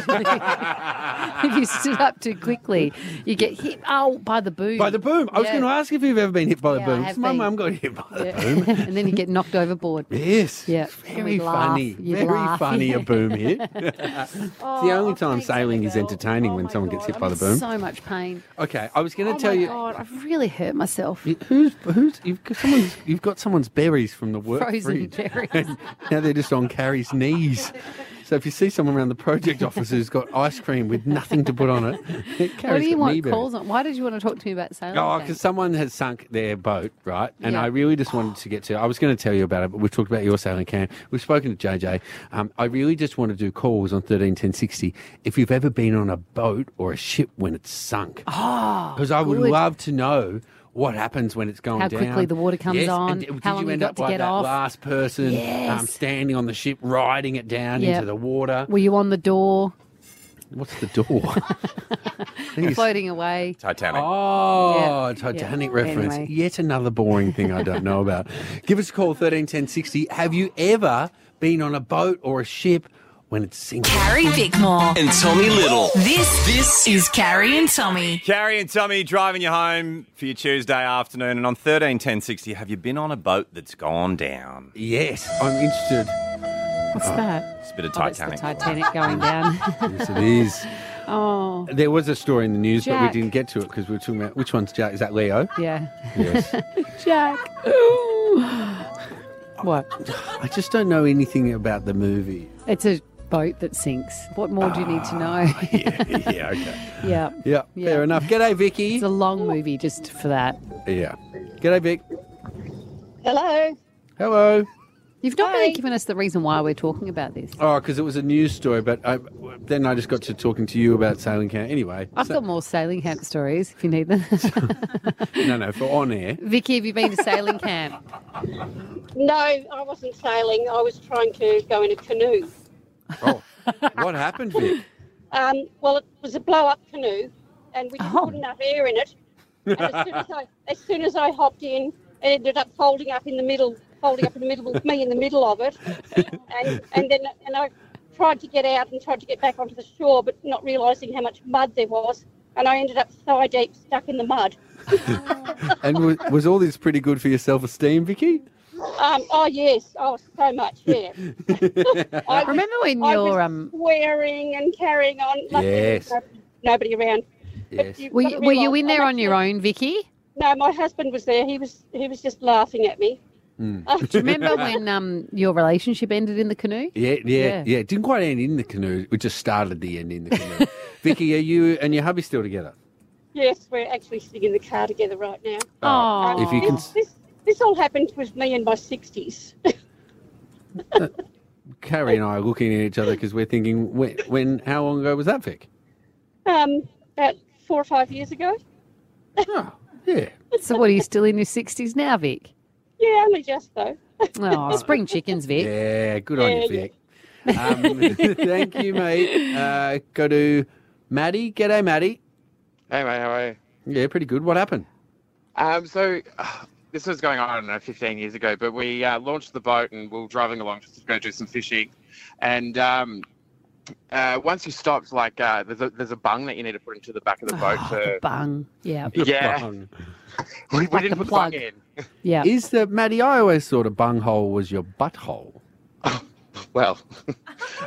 Speaker 7: if you stood up too quickly, you get hit oh by the boom.
Speaker 6: By the boom. I was
Speaker 7: Yeah.
Speaker 6: going to ask if you've ever been hit by the
Speaker 7: Yeah, I
Speaker 6: boom.
Speaker 7: have
Speaker 6: My
Speaker 7: been.
Speaker 6: mum got hit by the
Speaker 7: Yeah. *laughs*
Speaker 6: boom.
Speaker 7: and then you get knocked overboard.
Speaker 6: Yes.
Speaker 7: Yeah.
Speaker 6: Very funny. Very funny a boom hit.
Speaker 7: *laughs*
Speaker 6: it's *laughs*
Speaker 7: Oh,
Speaker 6: the only time sailing is entertaining when someone gets hit by the boom.
Speaker 7: So much pain.
Speaker 6: Okay, I was going to
Speaker 7: oh
Speaker 6: tell
Speaker 7: my
Speaker 6: you.
Speaker 7: God, I've really hurt myself.
Speaker 6: You- Who's who's you've got someone's you've got someone's berries from the work
Speaker 7: Frozen
Speaker 6: fridge.
Speaker 7: berries.
Speaker 6: And *laughs* now they're just on Carrie's knees. So if you see someone around the project office who's got ice cream with nothing to put on it, *laughs* Carrie's
Speaker 7: what do you
Speaker 6: got knee
Speaker 7: want
Speaker 6: berries.
Speaker 7: calls on? Why did you want to talk to me about sailing?
Speaker 6: Oh,
Speaker 7: camp?
Speaker 6: because someone has sunk their boat, right? And
Speaker 7: Yeah.
Speaker 6: I really just wanted to get to. I was going to tell you about it, but we've talked about your sailing camp. We've spoken to JJ. Um, I really just want to do calls on thirteen ten sixty. If you've ever been on a boat or a ship when it's sunk,
Speaker 7: Oh,
Speaker 6: because I would
Speaker 7: good.
Speaker 6: love to know what happens when it's going
Speaker 7: How
Speaker 6: down.
Speaker 7: quickly the water comes
Speaker 6: Yes,
Speaker 7: on,
Speaker 6: and d-
Speaker 7: how
Speaker 6: did
Speaker 7: long
Speaker 6: you
Speaker 7: you
Speaker 6: end
Speaker 7: got
Speaker 6: up
Speaker 7: to
Speaker 6: like
Speaker 7: get
Speaker 6: that
Speaker 7: off.
Speaker 6: last person um,
Speaker 7: Yes.
Speaker 6: standing on the ship, riding it down
Speaker 7: Yeah.
Speaker 6: into the water?
Speaker 7: Were you on the door,
Speaker 6: What's the *laughs* door?
Speaker 7: floating away?
Speaker 5: Titanic.
Speaker 6: Oh,
Speaker 7: Yeah.
Speaker 6: Titanic
Speaker 7: Yeah.
Speaker 6: reference.
Speaker 7: Anyway.
Speaker 6: Yet another boring thing I don't
Speaker 7: *laughs*
Speaker 6: know about. Give us a call, 131060. Have you ever been on a boat or a ship when it's sinking?
Speaker 3: Carrie Bickmore.
Speaker 5: And Tommy Little.
Speaker 3: This this is Carrie and Tommy.
Speaker 5: Carrie and Tommy driving you home for your Tuesday afternoon. And on 13 10 60, have you been on a boat that's gone down?
Speaker 6: Yes, I'm interested.
Speaker 7: What's
Speaker 6: Uh,
Speaker 5: Oh,
Speaker 7: that?
Speaker 5: It's a bit of
Speaker 7: Oh, it's the
Speaker 5: Titanic.
Speaker 7: Titanic going down.
Speaker 6: *laughs* Yes, it is.
Speaker 7: *laughs* Oh,
Speaker 6: There was a story in the news, but
Speaker 7: Jack.
Speaker 6: we didn't get to it because we were talking about which one's Jack? Is that Leo?
Speaker 7: yeah.
Speaker 6: Yes. *laughs*
Speaker 7: Jack. *laughs* what?
Speaker 6: I just don't know anything about the movie.
Speaker 7: It's a boat that sinks. What more do you need to know?
Speaker 6: Ah, yeah, okay.
Speaker 7: *laughs* yeah.
Speaker 6: Yeah, fair enough. G'day, Vicky.
Speaker 7: It's a long movie just for that.
Speaker 6: Yeah. G'day, Vic.
Speaker 7: Hello.
Speaker 6: Hello.
Speaker 7: You've not really given us the reason why we're talking about this.
Speaker 6: Oh, because it was a news story, but I, then I just got to talking to you about sailing camp. Anyway,
Speaker 7: I've
Speaker 6: so-
Speaker 7: got more sailing camp stories if you need them. *laughs*
Speaker 6: no, no, for on air.
Speaker 7: Vicky, have you been to sailing camp?
Speaker 10: No, I wasn't sailing. I was trying to go in a canoe.
Speaker 6: What happened, Vic?
Speaker 10: Um, well, it was a blow-up canoe, and we didn't
Speaker 7: Oh.
Speaker 10: put enough air in it. And as soon as I, as soon as I hopped in, it ended up folding up in the middle, folding up in the middle with me in the middle of it, and and then and I tried to get out and tried to get back onto the shore, but not realising how much mud there was, and I ended up thigh deep stuck in the mud.
Speaker 6: And was, was all this pretty good for your self-esteem, Vicky?
Speaker 10: Um, oh yes, oh so much,
Speaker 6: *laughs*
Speaker 7: *laughs*
Speaker 10: yeah. I
Speaker 7: Remember when
Speaker 10: I was
Speaker 7: your um
Speaker 10: swearing and carrying on. Luckily, there was
Speaker 7: Yes.
Speaker 10: Nobody around.
Speaker 9: *laughs*
Speaker 6: Yes.
Speaker 10: you've
Speaker 7: were
Speaker 10: got
Speaker 7: you,
Speaker 10: to
Speaker 7: were you
Speaker 10: realise
Speaker 7: in there
Speaker 10: I'm
Speaker 7: on your
Speaker 10: actually-
Speaker 7: own, Vicky?
Speaker 10: No, my husband was there. He was he was just laughing at me.
Speaker 7: Mm. Oh, Do you
Speaker 6: *laughs*
Speaker 7: remember when um your relationship ended in the canoe?
Speaker 6: Yeah, yeah,
Speaker 7: Yeah.
Speaker 6: yeah, It didn't quite end in the canoe. It just started the end in
Speaker 7: *laughs*
Speaker 6: the canoe. Vicky, are you and your hubby still together?
Speaker 10: Yes, we're actually sitting in the car together right now. Um,
Speaker 6: Oh, Aw. if you can-
Speaker 10: this, this, this all happened with me in my sixties. *laughs*
Speaker 6: Carrie and I are looking at each other because we're thinking, when, when, how long ago was that, Vic?
Speaker 10: Um, about four or five years ago.
Speaker 6: Yeah.
Speaker 7: So what are you still in your sixties now, *laughs* Vic?
Speaker 10: *laughs* Yeah, only just though.
Speaker 7: Oh, *laughs* spring chickens, Vic.
Speaker 6: Yeah, good on
Speaker 7: Yeah,
Speaker 6: you, Vic. Um, *laughs* thank you, mate. Uh, go to Maddie. G'day, Maddie.
Speaker 22: Hey mate, how are you?
Speaker 6: Yeah, pretty good. What happened?
Speaker 22: Um, so *sighs* uh, this was going on, I don't know, 15 years ago, but we uh, launched the boat and we were driving along just to go do some fishing. And um, uh, once you stopped, like uh, there's a there's a bung that you need to put into the back of the boat. to,
Speaker 7: Oh, Ah, Bung. Yeah.
Speaker 22: Yeah. We, we didn't put the bung in.
Speaker 7: Yeah.
Speaker 6: Is the Maddie? I always thought a bunghole was your butthole.
Speaker 22: *laughs*
Speaker 7: *laughs*
Speaker 22: well.
Speaker 7: *laughs*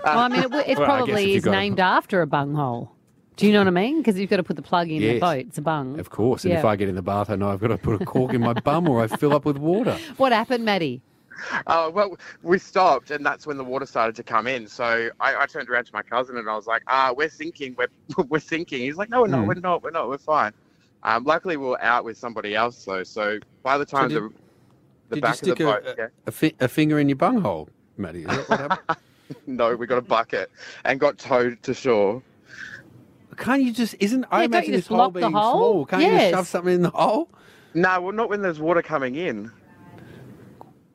Speaker 7: Well, I mean, it, w- it probably is named after a bunghole. Do you know what I mean? Because you've got to put the plug in the
Speaker 6: Yes.
Speaker 7: boat. It's a bung.
Speaker 6: Of course, and if
Speaker 7: Yeah.
Speaker 6: I get in the bath, I know I've got to put a cork in my bum or I fill up with water.
Speaker 7: What happened, Maddie? *laughs*
Speaker 22: Oh well, we stopped, and that's when the water started to come in. So I, I turned around to my cousin and I was like, "Ah, we're sinking. We're *laughs* we're sinking." He's like, "No, we're not.
Speaker 6: Hmm.
Speaker 22: We're not. We're not. We're fine." Um, luckily, we were out with somebody else, though. So by the time
Speaker 6: did- Did
Speaker 22: the the
Speaker 6: you
Speaker 22: back of the
Speaker 6: stick
Speaker 22: boat,
Speaker 6: a,
Speaker 22: yeah.
Speaker 6: a, a, fi- a finger in your bunghole, Maddie? Is that what happened?
Speaker 22: *laughs* no, we got a bucket and got towed to shore.
Speaker 6: Can't you just? Isn't
Speaker 22: Yeah,
Speaker 6: I
Speaker 22: don't
Speaker 6: imagine
Speaker 22: you
Speaker 6: this
Speaker 22: just
Speaker 6: hole
Speaker 22: lock the
Speaker 6: being
Speaker 22: hole?
Speaker 6: small? Can't you
Speaker 22: Yes.
Speaker 6: just shove something in the hole
Speaker 22: No, well, not when there's water coming in.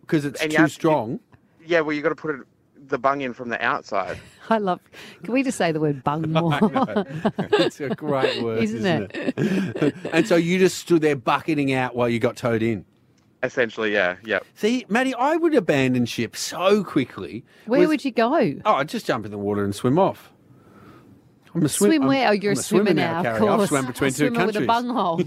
Speaker 6: because it's
Speaker 22: And you
Speaker 6: too
Speaker 22: have to-
Speaker 6: strong?
Speaker 22: Yeah, well, you got to put it, the bung in from the outside.
Speaker 7: I love. Can we just say the word bung
Speaker 6: *laughs*
Speaker 7: more?
Speaker 6: it's
Speaker 7: *laughs*
Speaker 6: a great word,
Speaker 7: Isn't
Speaker 6: isn't, it? *laughs* and so you just stood there bucketing out while you got towed in.
Speaker 22: Essentially, yeah, yeah.
Speaker 6: See, Maddie, I would abandon ship so quickly.
Speaker 7: Where would you go?
Speaker 6: Oh, I'd just jump in the water and swim off. I'm a swim.
Speaker 7: Swim
Speaker 6: I'm-
Speaker 7: where? Oh, you're
Speaker 6: I'm
Speaker 7: a swimmer now, of
Speaker 6: Carrie.
Speaker 7: course.
Speaker 6: I've swam
Speaker 7: *laughs*
Speaker 6: between
Speaker 7: a
Speaker 6: two
Speaker 7: swimmer with
Speaker 6: countries.
Speaker 7: a bunghole.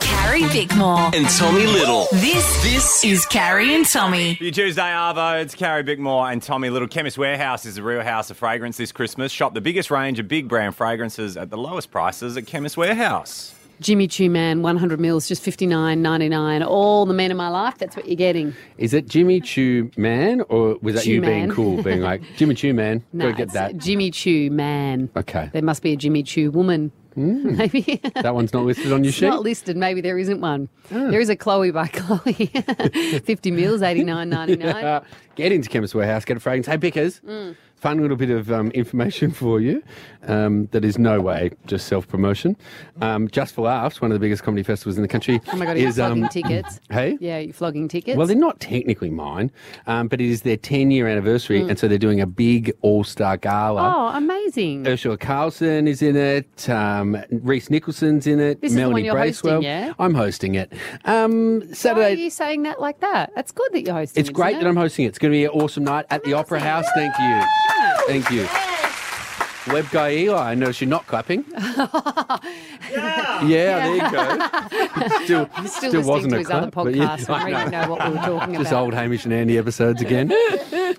Speaker 3: Carrie Bickmore
Speaker 5: And Tommy Little.
Speaker 3: This this is Carrie and Tommy.
Speaker 5: For your Tuesday Arvo, it's Carrie Bickmore and Tommy Little. Chemist Warehouse is the real house of fragrance this Christmas. Shop the biggest range of big brand fragrances at the lowest prices at Chemist Warehouse.
Speaker 7: Jimmy Choo Man, 100 mils, just 59.99. All the men in my life, that's what you're getting.
Speaker 6: *laughs* Is it Jimmy Choo Man, or was that
Speaker 7: Choo
Speaker 6: you
Speaker 7: Man.
Speaker 6: being cool, being like Jimmy Choo
Speaker 7: *laughs*
Speaker 6: Man?
Speaker 7: No,
Speaker 6: gotta get
Speaker 7: it's
Speaker 6: that.
Speaker 7: Jimmy Choo Man.
Speaker 6: Okay, Hmm.
Speaker 7: There must be a Jimmy Choo woman. *laughs* Maybe.
Speaker 6: that one's not listed on
Speaker 7: *laughs*
Speaker 6: your
Speaker 7: It's
Speaker 6: sheet.
Speaker 7: not listed. Maybe there isn't one.
Speaker 6: Ah.
Speaker 7: There is a Chloe by *laughs* Chloe. 50 mils, 89.99.
Speaker 6: *laughs* Get into Chemist Warehouse, get a fragrance. Hey, Pickers,
Speaker 7: Mm.
Speaker 6: fun little bit of um, information *laughs* for you um, that is no way just self promotion. Um, just for Laughs, one of the biggest comedy festivals in the country.
Speaker 7: Oh my God, you're
Speaker 6: is,
Speaker 7: flogging
Speaker 6: um,
Speaker 7: tickets.
Speaker 6: *clears throat* Hey?
Speaker 7: Yeah, you're flogging tickets.
Speaker 6: Well, they're not technically mine, um, but it is their 10 year anniversary,
Speaker 7: Mm.
Speaker 6: and so they're doing a big all star gala.
Speaker 7: Oh, amazing.
Speaker 6: Ursula Carlson is in it. Um, Reese Nicholson's in it.
Speaker 7: This is the
Speaker 6: Melanie
Speaker 7: one you're hosting,
Speaker 6: Bracewell.
Speaker 7: yeah?
Speaker 6: I'm hosting it. Um,
Speaker 7: Why are
Speaker 6: Saturday.
Speaker 7: you saying that like that? That's good that you're hosting.
Speaker 6: It's great
Speaker 7: isn't
Speaker 6: that
Speaker 7: it?
Speaker 6: I'm hosting it. It's going to be an awesome night at the Opera House. Thank you. Thank you. Web guy Eli, I notice you're
Speaker 7: *laughs*
Speaker 6: not clapping. yeah. there you go. Still,
Speaker 7: I'm still,
Speaker 6: still
Speaker 7: listening
Speaker 6: wasn't
Speaker 7: to
Speaker 6: a
Speaker 7: his
Speaker 6: clap,
Speaker 7: other
Speaker 6: but yeah,
Speaker 7: podcast. I
Speaker 6: I
Speaker 7: don't
Speaker 6: know.
Speaker 7: know what we were talking
Speaker 6: Just
Speaker 7: about.
Speaker 6: old Hamish and Andy episodes
Speaker 7: *laughs*
Speaker 6: again.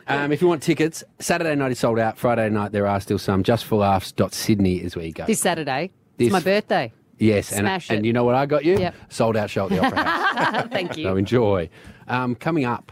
Speaker 6: um, if you want tickets, Saturday night is sold out. Friday night there are still some. Just for laughs. Sydney is where you go.
Speaker 7: This Saturday.
Speaker 6: This-
Speaker 7: It's my birthday.
Speaker 6: yes, and
Speaker 7: Smash
Speaker 6: and
Speaker 7: it.
Speaker 6: you know what I got you?
Speaker 7: Yep. *laughs*
Speaker 6: Sold out show at the Opera House.
Speaker 7: Thank you.
Speaker 6: So enjoy. Um, coming up,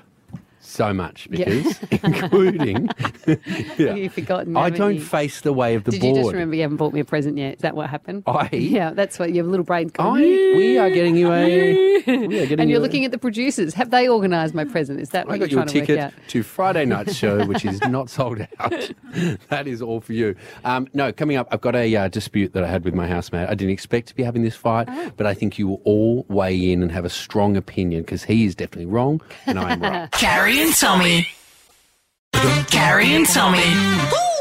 Speaker 6: so much
Speaker 7: Yeah. *laughs*
Speaker 6: because, including, *laughs* yeah,
Speaker 7: You've forgotten.
Speaker 6: I
Speaker 7: haven't
Speaker 6: don't
Speaker 7: you?
Speaker 6: face the way of the
Speaker 7: Did
Speaker 6: board.
Speaker 7: you just remember you haven't bought me a present yet? Is that what happened?
Speaker 6: I-
Speaker 7: *laughs* yeah, that's what your little brain.
Speaker 6: I, we are getting you a. We are
Speaker 7: and
Speaker 6: getting you
Speaker 7: you're
Speaker 6: a-
Speaker 7: looking at the producers. Have they organised my present? Is that what
Speaker 6: I
Speaker 7: you're
Speaker 6: got you a
Speaker 7: trying to work
Speaker 6: ticket
Speaker 7: out?
Speaker 6: to Friday night's show, which is not sold out. *laughs* that is all for you. Um, no, coming up, I've got a uh, dispute that I had with my housemate. I didn't expect to be having this fight,
Speaker 7: Oh.
Speaker 6: but I think you will all weigh in and have a strong opinion because he is definitely wrong and
Speaker 7: *laughs*
Speaker 6: I'm right.
Speaker 16: *laughs* Carrie and Tommy. Carrie and Tommy.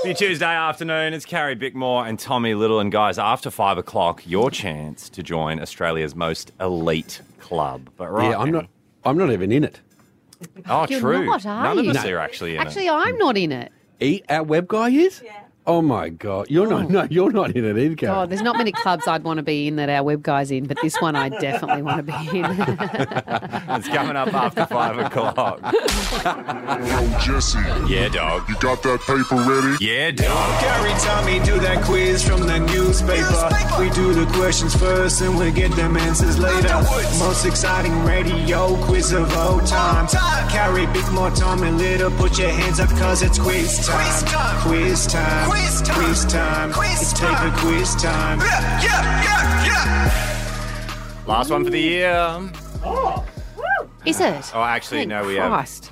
Speaker 5: Your Tuesday afternoon, it's Carrie Bickmore and Tommy Little. And guys, after five o'clock, your chance to join Australia's most elite club. But right,
Speaker 6: Yeah, I'm
Speaker 5: now-
Speaker 6: not. I'm not even in it.
Speaker 5: Oh,
Speaker 7: You're
Speaker 5: true.
Speaker 7: not, are
Speaker 5: None
Speaker 7: you?
Speaker 5: of us are actually in
Speaker 7: Actually, I'm not in it.
Speaker 6: it. Eat E, our web guy is. Yeah. Oh my god, you're not. No, you're not in it either. Carrie.
Speaker 7: God, Oh, there's not many clubs I'd want to be in that our web guy's in, but this one I definitely want to be in.
Speaker 6: *laughs*
Speaker 5: It's coming up after
Speaker 7: *laughs*
Speaker 5: five o'clock.
Speaker 18: Yo, Jesse.
Speaker 5: Yeah, dog.
Speaker 18: You got that paper ready?
Speaker 5: Yeah, dog.
Speaker 2: Gary, Tommy, do that quiz from the newspaper. We do the questions first and we get them answers later. Most exciting radio quiz of all time. Carrie, big more Tommy, little, put your hands up cause it's quiz time. Quiz time. Quiz time. Quiz time. It's paper quiz time. Yeah, yeah, yeah, yeah.
Speaker 5: Last one for the year.
Speaker 7: Is it?
Speaker 5: Oh, actually,
Speaker 7: Thank
Speaker 5: no, we
Speaker 7: Christ.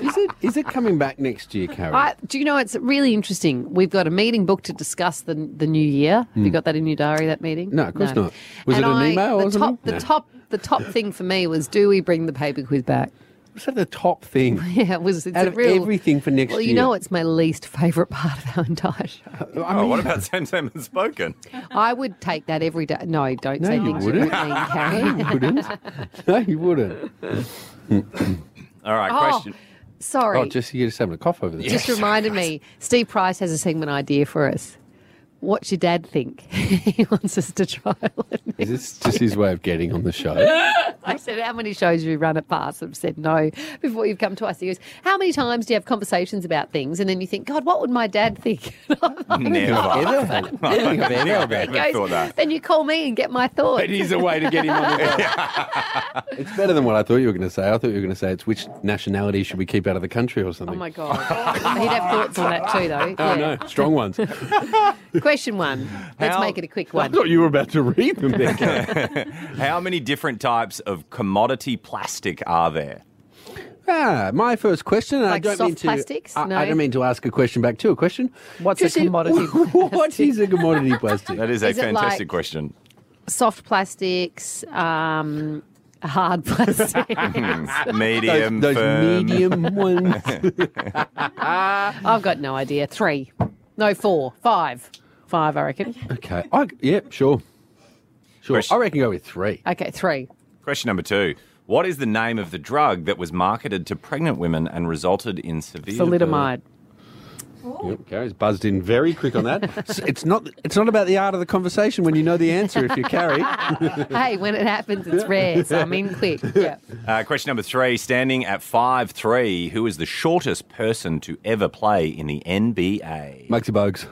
Speaker 6: Is it? Is it coming back next year, Carrie?
Speaker 7: I, do you know it's really interesting? We've got a meeting booked to discuss the the new year. Have you
Speaker 6: Mm.
Speaker 7: got that in your diary? That meeting?
Speaker 6: No, of course not. Was
Speaker 7: And
Speaker 6: it an
Speaker 7: I-
Speaker 6: email or
Speaker 7: The top,
Speaker 6: something?
Speaker 7: the
Speaker 6: No.
Speaker 7: top, the top thing for me was: do we bring the paper quiz back?
Speaker 6: Was that the top thing?
Speaker 7: *laughs* Yeah, it was. It's
Speaker 6: Out
Speaker 7: a
Speaker 6: of
Speaker 7: real,
Speaker 6: everything for *laughs* next
Speaker 7: Well, you
Speaker 6: year.
Speaker 7: know, it's my least favourite part of our entire show.
Speaker 5: Oh, what about Sam Sam and
Speaker 7: *laughs*
Speaker 5: Spoken?
Speaker 7: I would take that every day. No, don't
Speaker 6: No,
Speaker 7: say
Speaker 6: you
Speaker 7: things you wouldn't
Speaker 6: wouldn't. *laughs*
Speaker 7: mean,
Speaker 6: No, you
Speaker 7: Carrie.
Speaker 6: wouldn't. no, you wouldn't.
Speaker 5: *coughs* All right,
Speaker 7: Oh,
Speaker 5: question.
Speaker 7: *laughs* Sorry.
Speaker 6: Oh, just you're just having a cough over there.
Speaker 7: Just reminded me, Steve Price has a segment idea for us. What's your dad think? *laughs* he wants us to
Speaker 6: *laughs*
Speaker 7: try.
Speaker 6: Is this just his way of getting on the show?
Speaker 7: *laughs* I said, How many shows have you run at past? I've said no before you've come to us. He goes, How many times do you have conversations about things? And then you think, God, what would my dad think? *laughs*
Speaker 5: Never.
Speaker 6: I don't think I've ever- I don't think I've
Speaker 5: Never
Speaker 6: ever
Speaker 5: ever
Speaker 7: Goes,
Speaker 5: thought that.
Speaker 7: Then you call me and get my thoughts.
Speaker 6: It is a way to get him on the
Speaker 7: *laughs*
Speaker 6: It's better than what I thought you were going to say. I thought you were going to say it's which nationality should we keep out of the country or
Speaker 7: Oh
Speaker 6: something.
Speaker 7: my God. *laughs* He'd have thoughts on that too, though.
Speaker 6: Oh
Speaker 7: Yeah.
Speaker 6: no, strong ones. I
Speaker 7: *laughs* Question one. Let's
Speaker 5: How-
Speaker 7: make it a quick one.
Speaker 6: thought you were about to read them. There. Karen.
Speaker 5: *laughs* How many different types of commodity plastic are there?
Speaker 6: ah, my first question. and I
Speaker 7: Like
Speaker 6: don't mean
Speaker 7: soft
Speaker 6: to.
Speaker 7: plastics?
Speaker 6: I,
Speaker 7: No.
Speaker 6: I don't mean to ask a question back to a question.
Speaker 7: What's a
Speaker 6: Just in-
Speaker 7: commodity
Speaker 6: *laughs* what is a commodity plastic?
Speaker 5: That
Speaker 7: Is
Speaker 5: is, a
Speaker 7: it like-
Speaker 5: fantastic question.
Speaker 7: Soft plastics, um,
Speaker 6: *laughs*
Speaker 7: hard *laughs*
Speaker 6: Hmm.
Speaker 7: plastics.
Speaker 5: Hmm. medium,
Speaker 6: Those- those
Speaker 5: firm.
Speaker 6: *laughs*
Speaker 5: *laughs*
Speaker 6: medium ones.
Speaker 7: I've got no idea. Three. No, four. Five. Five, I reckon.
Speaker 6: Okay. I, yeah, sure. Sure. I reckon go with three.
Speaker 7: Okay, three.
Speaker 5: Question number two. What is the name of the drug that was marketed to pregnant women and resulted in severe
Speaker 7: Thalidomide.
Speaker 6: Yep, Gary's buzzed in very quick on that.
Speaker 5: *laughs*
Speaker 6: S- it's not. It's not about the art of the conversation when you know the answer. If
Speaker 7: *laughs*
Speaker 6: you carry,
Speaker 7: hey, when it happens, it's rare, so I'm in quick. Yeah.
Speaker 5: Uh, question number three. Standing at five three, who is the shortest person to ever play in the NBA?
Speaker 6: Maxi Bogues.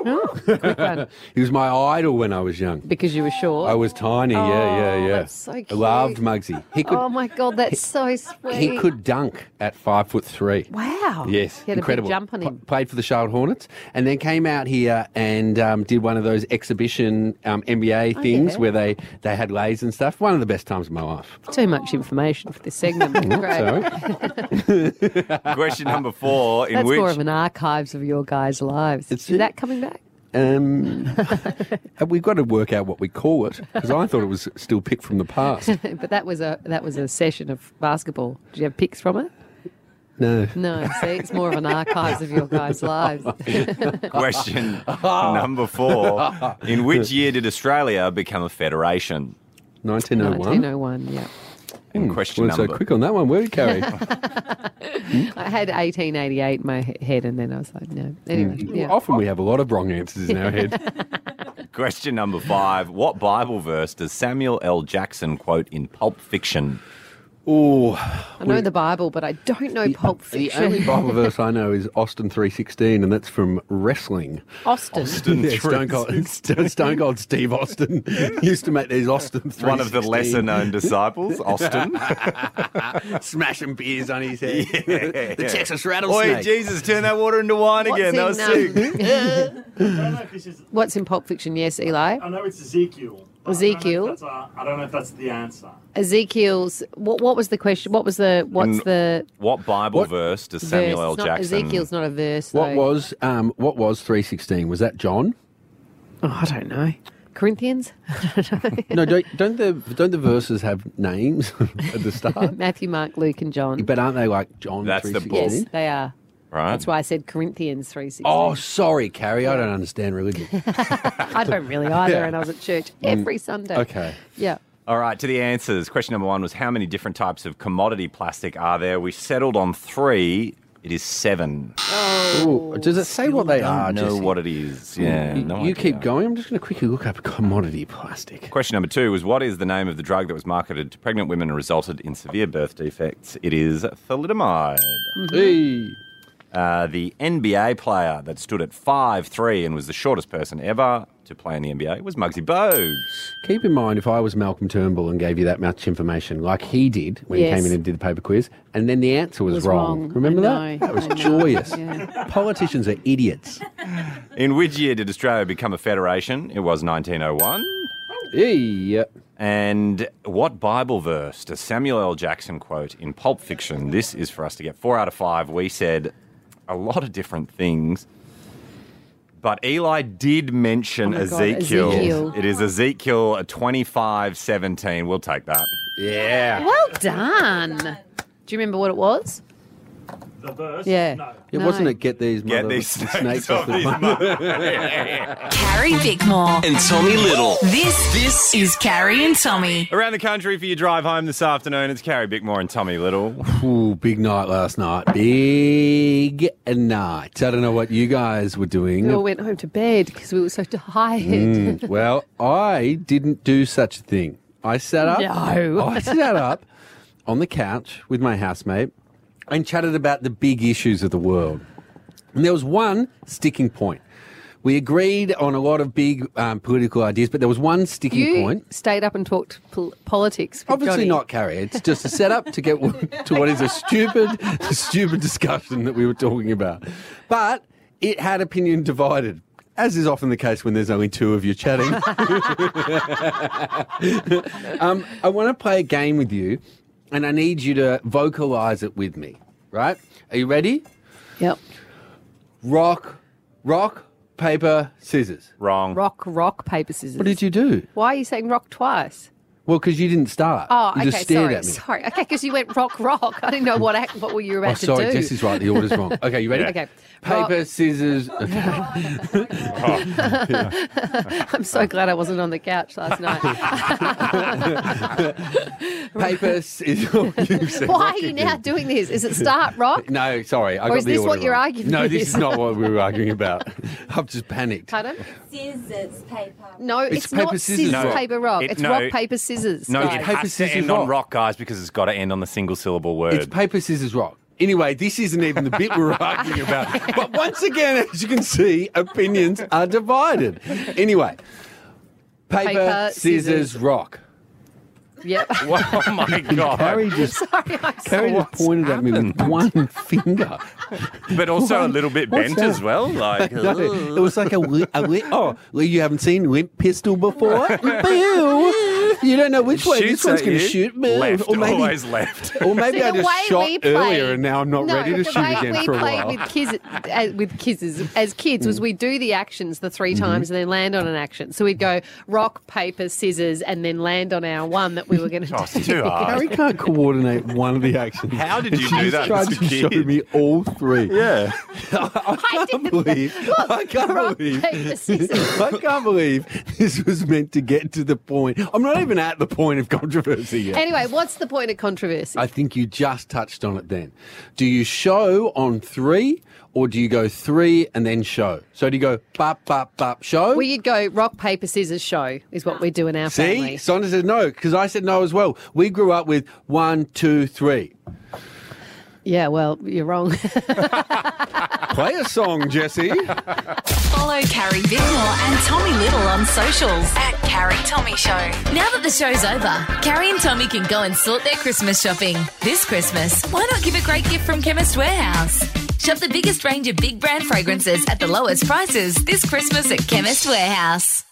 Speaker 7: quick one.
Speaker 6: he was my idol when I was young.
Speaker 7: Because you were short.
Speaker 6: I was tiny. yeah, yeah, yeah.
Speaker 7: Oh, that's so
Speaker 6: I
Speaker 7: cute.
Speaker 6: loved Muggsy. He could.
Speaker 7: oh my god, that's so sweet.
Speaker 6: He could dunk at five foot three.
Speaker 7: Wow.
Speaker 6: Yes,
Speaker 7: He had a
Speaker 6: incredible.
Speaker 7: big jump on
Speaker 6: P-
Speaker 7: him.
Speaker 6: played for the Charlotte Hornets, and then came out here and um, did one of those exhibition um, NBA
Speaker 7: Oh,
Speaker 6: things
Speaker 7: yeah.
Speaker 6: where they they had lays and stuff. One of the best times of my life.
Speaker 7: Too much information for this segment.
Speaker 6: *laughs*
Speaker 7: Great.
Speaker 6: sorry.
Speaker 5: *laughs* Question number four. In
Speaker 7: That's
Speaker 5: which
Speaker 7: more of an archives of your guys' lives. Is that coming back?
Speaker 6: Um,
Speaker 7: *laughs*
Speaker 6: and we've got to work out what we call it because I thought it was still picked from the past.
Speaker 7: *laughs* but that was a that was a session of basketball. Did you have pics from it?
Speaker 6: No.
Speaker 7: No. See, it's more of an archives of your guys'
Speaker 6: *laughs*
Speaker 7: lives.
Speaker 5: *laughs* Question number four. In which year did Australia become a federation?
Speaker 6: 1901.
Speaker 7: 1901, yeah.
Speaker 5: And question
Speaker 6: Well, so
Speaker 5: number.
Speaker 6: quick on that one, were you, Carrie?
Speaker 7: I had 1888 in my he- head, and then I was like, no. Anyway, *laughs*
Speaker 6: Mm.
Speaker 7: oh, yeah.
Speaker 6: Often we have a lot of wrong answers in our head.
Speaker 5: *laughs* Question number five. What Bible verse does Samuel L. Jackson quote in Pulp Fiction?
Speaker 6: Ooh.
Speaker 7: I know the Bible, but I don't know Pulp
Speaker 6: The
Speaker 7: Fiction. *laughs*
Speaker 6: only Bible verse I know is Austin three sixteen, and that's from wrestling.
Speaker 7: Austin.
Speaker 6: *laughs* Yeah, Stone Cold, Stone Cold
Speaker 5: *laughs*
Speaker 6: Steve Austin used to make these Austin.
Speaker 5: One of the
Speaker 6: 316.
Speaker 5: lesser-known disciples,
Speaker 12: *laughs*
Speaker 5: Austin.
Speaker 6: smashing beers on his head.
Speaker 5: Yeah.
Speaker 6: the Texas
Speaker 5: Oi,
Speaker 6: rattlesnake.
Speaker 5: Jesus, turn that water into wine
Speaker 7: What's
Speaker 5: again. That
Speaker 7: *laughs*
Speaker 5: was
Speaker 7: in,
Speaker 5: sick. *laughs*
Speaker 7: um, What's in Pulp Fiction? Yes, Eli.
Speaker 9: I know it's Ezekiel. but
Speaker 7: Ezekiel.
Speaker 9: I don't know if that's, uh, I don't know if that's the answer.
Speaker 7: Ezekiel's. What, what was the question? What was the? *laughs* What's
Speaker 5: And
Speaker 7: the?
Speaker 5: What Bible verse does Samuel
Speaker 7: verse?
Speaker 5: L.
Speaker 7: It's not-
Speaker 5: Jackson?
Speaker 7: Ezekiel's not a verse.
Speaker 6: What
Speaker 7: though.
Speaker 6: was um, what was three sixteen? Was that John?
Speaker 7: Oh, I don't know. *laughs* Corinthians?
Speaker 6: no, don't don't the don't the verses have names *laughs* at the
Speaker 7: *laughs*
Speaker 6: start?
Speaker 7: Matthew, Mark, Luke, and John.
Speaker 6: but aren't they like John?
Speaker 5: That's the
Speaker 6: 3:16?
Speaker 7: Yes, they are.
Speaker 5: Right.
Speaker 7: That's why I said Corinthians three sixteen.
Speaker 6: Oh, sorry, Carrie. I don't understand religion.
Speaker 7: I don't really either,
Speaker 5: Yeah.
Speaker 7: and I was at church
Speaker 5: Mm.
Speaker 7: every Sunday.
Speaker 5: Okay.
Speaker 7: Yeah.
Speaker 5: All right, to the answers. Question number one was how many different types of commodity plastic are there? We settled on three. It is seven.
Speaker 7: Oh,
Speaker 6: Ooh, does it say what they
Speaker 5: don't
Speaker 6: are?
Speaker 5: know
Speaker 6: Jesse?
Speaker 5: what it is. Yeah,
Speaker 6: you,
Speaker 5: no
Speaker 6: you
Speaker 5: idea.
Speaker 6: keep going. I'm just going to quickly look up commodity plastic.
Speaker 5: Question number two was what is the name of the drug that was marketed to pregnant women and resulted in severe birth defects? It is thalidomide.
Speaker 7: Mm-hmm.
Speaker 6: Hey.
Speaker 5: Uh, the NBA player that stood at 5'3 and was the shortest person ever to play in the NBA was Muggsy Bogues.
Speaker 6: Keep in mind, if I was Malcolm Turnbull and gave you that much information, like he did when he
Speaker 7: Yes.
Speaker 6: came in and did the paper quiz, and then the answer was,
Speaker 7: Was
Speaker 6: wrong.
Speaker 7: wrong.
Speaker 6: Remember
Speaker 7: I
Speaker 6: that? That was joyous. Politicians are idiots.
Speaker 5: In which year did Australia become a federation? It was 1901.
Speaker 6: Yep.
Speaker 5: And what Bible verse does Samuel L. Jackson quote in Pulp Fiction? This is for us to get four out of five. We said a lot of different things. But Eli did mention
Speaker 7: Oh my God,
Speaker 5: Ezekiel.
Speaker 7: Ezekiel.
Speaker 5: It is Ezekiel 25 17. We'll take that. Yeah.
Speaker 7: Well done. Do you remember what it was?
Speaker 9: The verse?
Speaker 7: Yeah.
Speaker 6: It
Speaker 7: No.
Speaker 6: wasn't it. Get these
Speaker 5: Get
Speaker 6: mother
Speaker 5: these *laughs*
Speaker 6: snakes,
Speaker 5: snakes
Speaker 6: off
Speaker 5: off
Speaker 6: the
Speaker 5: these
Speaker 6: *laughs*
Speaker 5: *laughs*
Speaker 16: Carrie Bickmore
Speaker 5: And Tommy Little.
Speaker 16: This this is Carrie and Tommy.
Speaker 5: Around the country for your drive home this afternoon, it's Carrie Bickmore and Tommy Little.
Speaker 6: Ooh, big night last night. Big night. I don't know what you guys were doing.
Speaker 7: We all went home to bed because we were so tired.
Speaker 6: Mm,
Speaker 7: *laughs*
Speaker 6: well, I didn't do such a thing. I sat up.
Speaker 7: No.
Speaker 6: *laughs* I sat up on the couch with my housemate and chatted about the big issues of the world. And there was one sticking point. We agreed on a lot of big um, political ideas, but there was one sticking
Speaker 7: you
Speaker 6: point.
Speaker 7: stayed up and talked pol- politics. With
Speaker 6: Obviously
Speaker 7: Johnny.
Speaker 6: not carry. It's just a setup to get *laughs* to what is a stupid, *laughs* stupid discussion that we were talking about. But it had opinion divided, as is often the case when there's only two of you chatting. *laughs* um, I want to play a game with you, and I need you to vocalize it with me. Right? Are you ready?
Speaker 7: Yep.
Speaker 6: Rock, rock, paper, scissors.
Speaker 5: Wrong.
Speaker 7: Rock, rock, paper, scissors.
Speaker 6: What did you do?
Speaker 7: Why are you saying rock twice?
Speaker 6: Well, because you didn't start.
Speaker 7: Oh,
Speaker 6: Uh, you
Speaker 7: okay.
Speaker 6: just stared
Speaker 7: sorry,
Speaker 6: at me.
Speaker 7: sorry. Okay, because you went rock, rock. I didn't know what act, what were you about
Speaker 6: Oh,
Speaker 7: to
Speaker 6: sorry,
Speaker 7: do.
Speaker 6: Jesse's right. The order's
Speaker 7: *laughs*
Speaker 6: wrong. Okay, you ready?
Speaker 7: Okay.
Speaker 6: Paper,
Speaker 7: Rock- *laughs*
Speaker 6: scissors. Okay. *laughs*
Speaker 7: I'm so glad I wasn't on the couch last
Speaker 6: *laughs*
Speaker 7: night. *laughs*
Speaker 6: Paper, scissors. You've said
Speaker 7: Why
Speaker 6: rock
Speaker 7: are you
Speaker 6: again.
Speaker 7: now doing this? Is it start rock?
Speaker 6: No, sorry. I
Speaker 7: Or
Speaker 6: got
Speaker 7: is
Speaker 6: the
Speaker 7: this
Speaker 6: order
Speaker 7: what your
Speaker 6: wrong.
Speaker 7: argument
Speaker 6: No, this
Speaker 7: is?
Speaker 6: is not what we were
Speaker 7: *laughs*
Speaker 6: arguing about. I've just panicked.
Speaker 7: Pardon? Scissors, paper. No,
Speaker 6: It's
Speaker 7: it's,
Speaker 6: paper,
Speaker 7: not
Speaker 6: scissors,
Speaker 7: scissors,
Speaker 5: rock.
Speaker 7: paper, rock.
Speaker 5: It-
Speaker 7: it's
Speaker 5: no,
Speaker 7: rock, paper, scissors.
Speaker 5: No,
Speaker 7: guys.
Speaker 5: it has to end on rock, guys, because it's got to end on the single syllable word.
Speaker 6: It's paper, scissors, rock. Anyway, this isn't even the bit
Speaker 7: *laughs*
Speaker 6: we're arguing about. But once again, as you can see, opinions are divided. Anyway, paper,
Speaker 7: Paper,
Speaker 6: scissors,
Speaker 7: scissors.
Speaker 6: rock.
Speaker 5: *laughs*
Speaker 7: Yep.
Speaker 5: oh my god!
Speaker 6: Carrie just,
Speaker 7: Sorry, I'm
Speaker 6: Carrie
Speaker 7: so-
Speaker 6: just pointed at me with *laughs* one finger.
Speaker 5: But also a
Speaker 6: What?
Speaker 5: little bit
Speaker 6: What's
Speaker 5: bent
Speaker 6: that?
Speaker 5: as
Speaker 6: *laughs*
Speaker 5: well. Like,
Speaker 6: No, it was like a, li- a li- oh, Lee, you haven't seen Limp
Speaker 5: *laughs*
Speaker 6: Pistol before? Boo! You don't know which way
Speaker 5: Shoots
Speaker 6: this one's
Speaker 5: at
Speaker 6: going to
Speaker 5: you.
Speaker 6: shoot. Boo.
Speaker 5: Left, always left.
Speaker 6: *laughs* Or maybe
Speaker 7: See,
Speaker 6: I
Speaker 7: the way
Speaker 6: just shot
Speaker 7: we played-
Speaker 6: earlier and now I'm not
Speaker 7: no,
Speaker 6: ready to
Speaker 7: the
Speaker 6: shoot
Speaker 7: way
Speaker 6: again
Speaker 7: we
Speaker 6: for a
Speaker 7: played
Speaker 6: while. Mm.
Speaker 7: with kids, uh, with kids as kids was we do the actions the 3
Speaker 6: Mm-hmm.
Speaker 7: times and then land on an action. So we'd go rock, paper, scissors, and then land on our one that we were
Speaker 6: *laughs*
Speaker 7: going to
Speaker 5: Oh,
Speaker 7: *laughs*
Speaker 5: it's
Speaker 7: do.
Speaker 5: too hard.
Speaker 6: Carrie can't coordinate one of the actions.
Speaker 5: How did you
Speaker 6: She
Speaker 5: do
Speaker 6: just
Speaker 5: that
Speaker 6: Tried
Speaker 5: as a
Speaker 6: to show
Speaker 5: kid?
Speaker 6: me all three.
Speaker 5: Yeah.
Speaker 7: *laughs*
Speaker 6: I, I can't believe. I can't
Speaker 7: rock,
Speaker 6: believe. *laughs*
Speaker 7: paper, scissors.
Speaker 6: I can't believe this was meant to get to the point. I'm not even even at the point of controversy yet.
Speaker 7: Anyway, what's the point of controversy?
Speaker 6: I think you just touched on it then. Do you show on three or do you go three and then show? So do you go bop, bop, bop, show?
Speaker 7: Well, you'd go rock, paper, scissors, show is what we do in our
Speaker 6: Oh. See,
Speaker 7: family.
Speaker 6: Sonda said no because I said no as well. We grew up with one, two, three.
Speaker 7: Yeah, well, you're wrong. *laughs*
Speaker 6: Play a song, Jesse.
Speaker 3: Follow Carrie Bickmore and Tommy Little on socials at Carrie Tommy Show. Now that the show's over, Carrie and Tommy can go and sort their Christmas shopping. This Christmas, why not give a great gift from Chemist Warehouse? Shop the biggest range of big brand fragrances at the lowest prices this Christmas at Chemist Warehouse.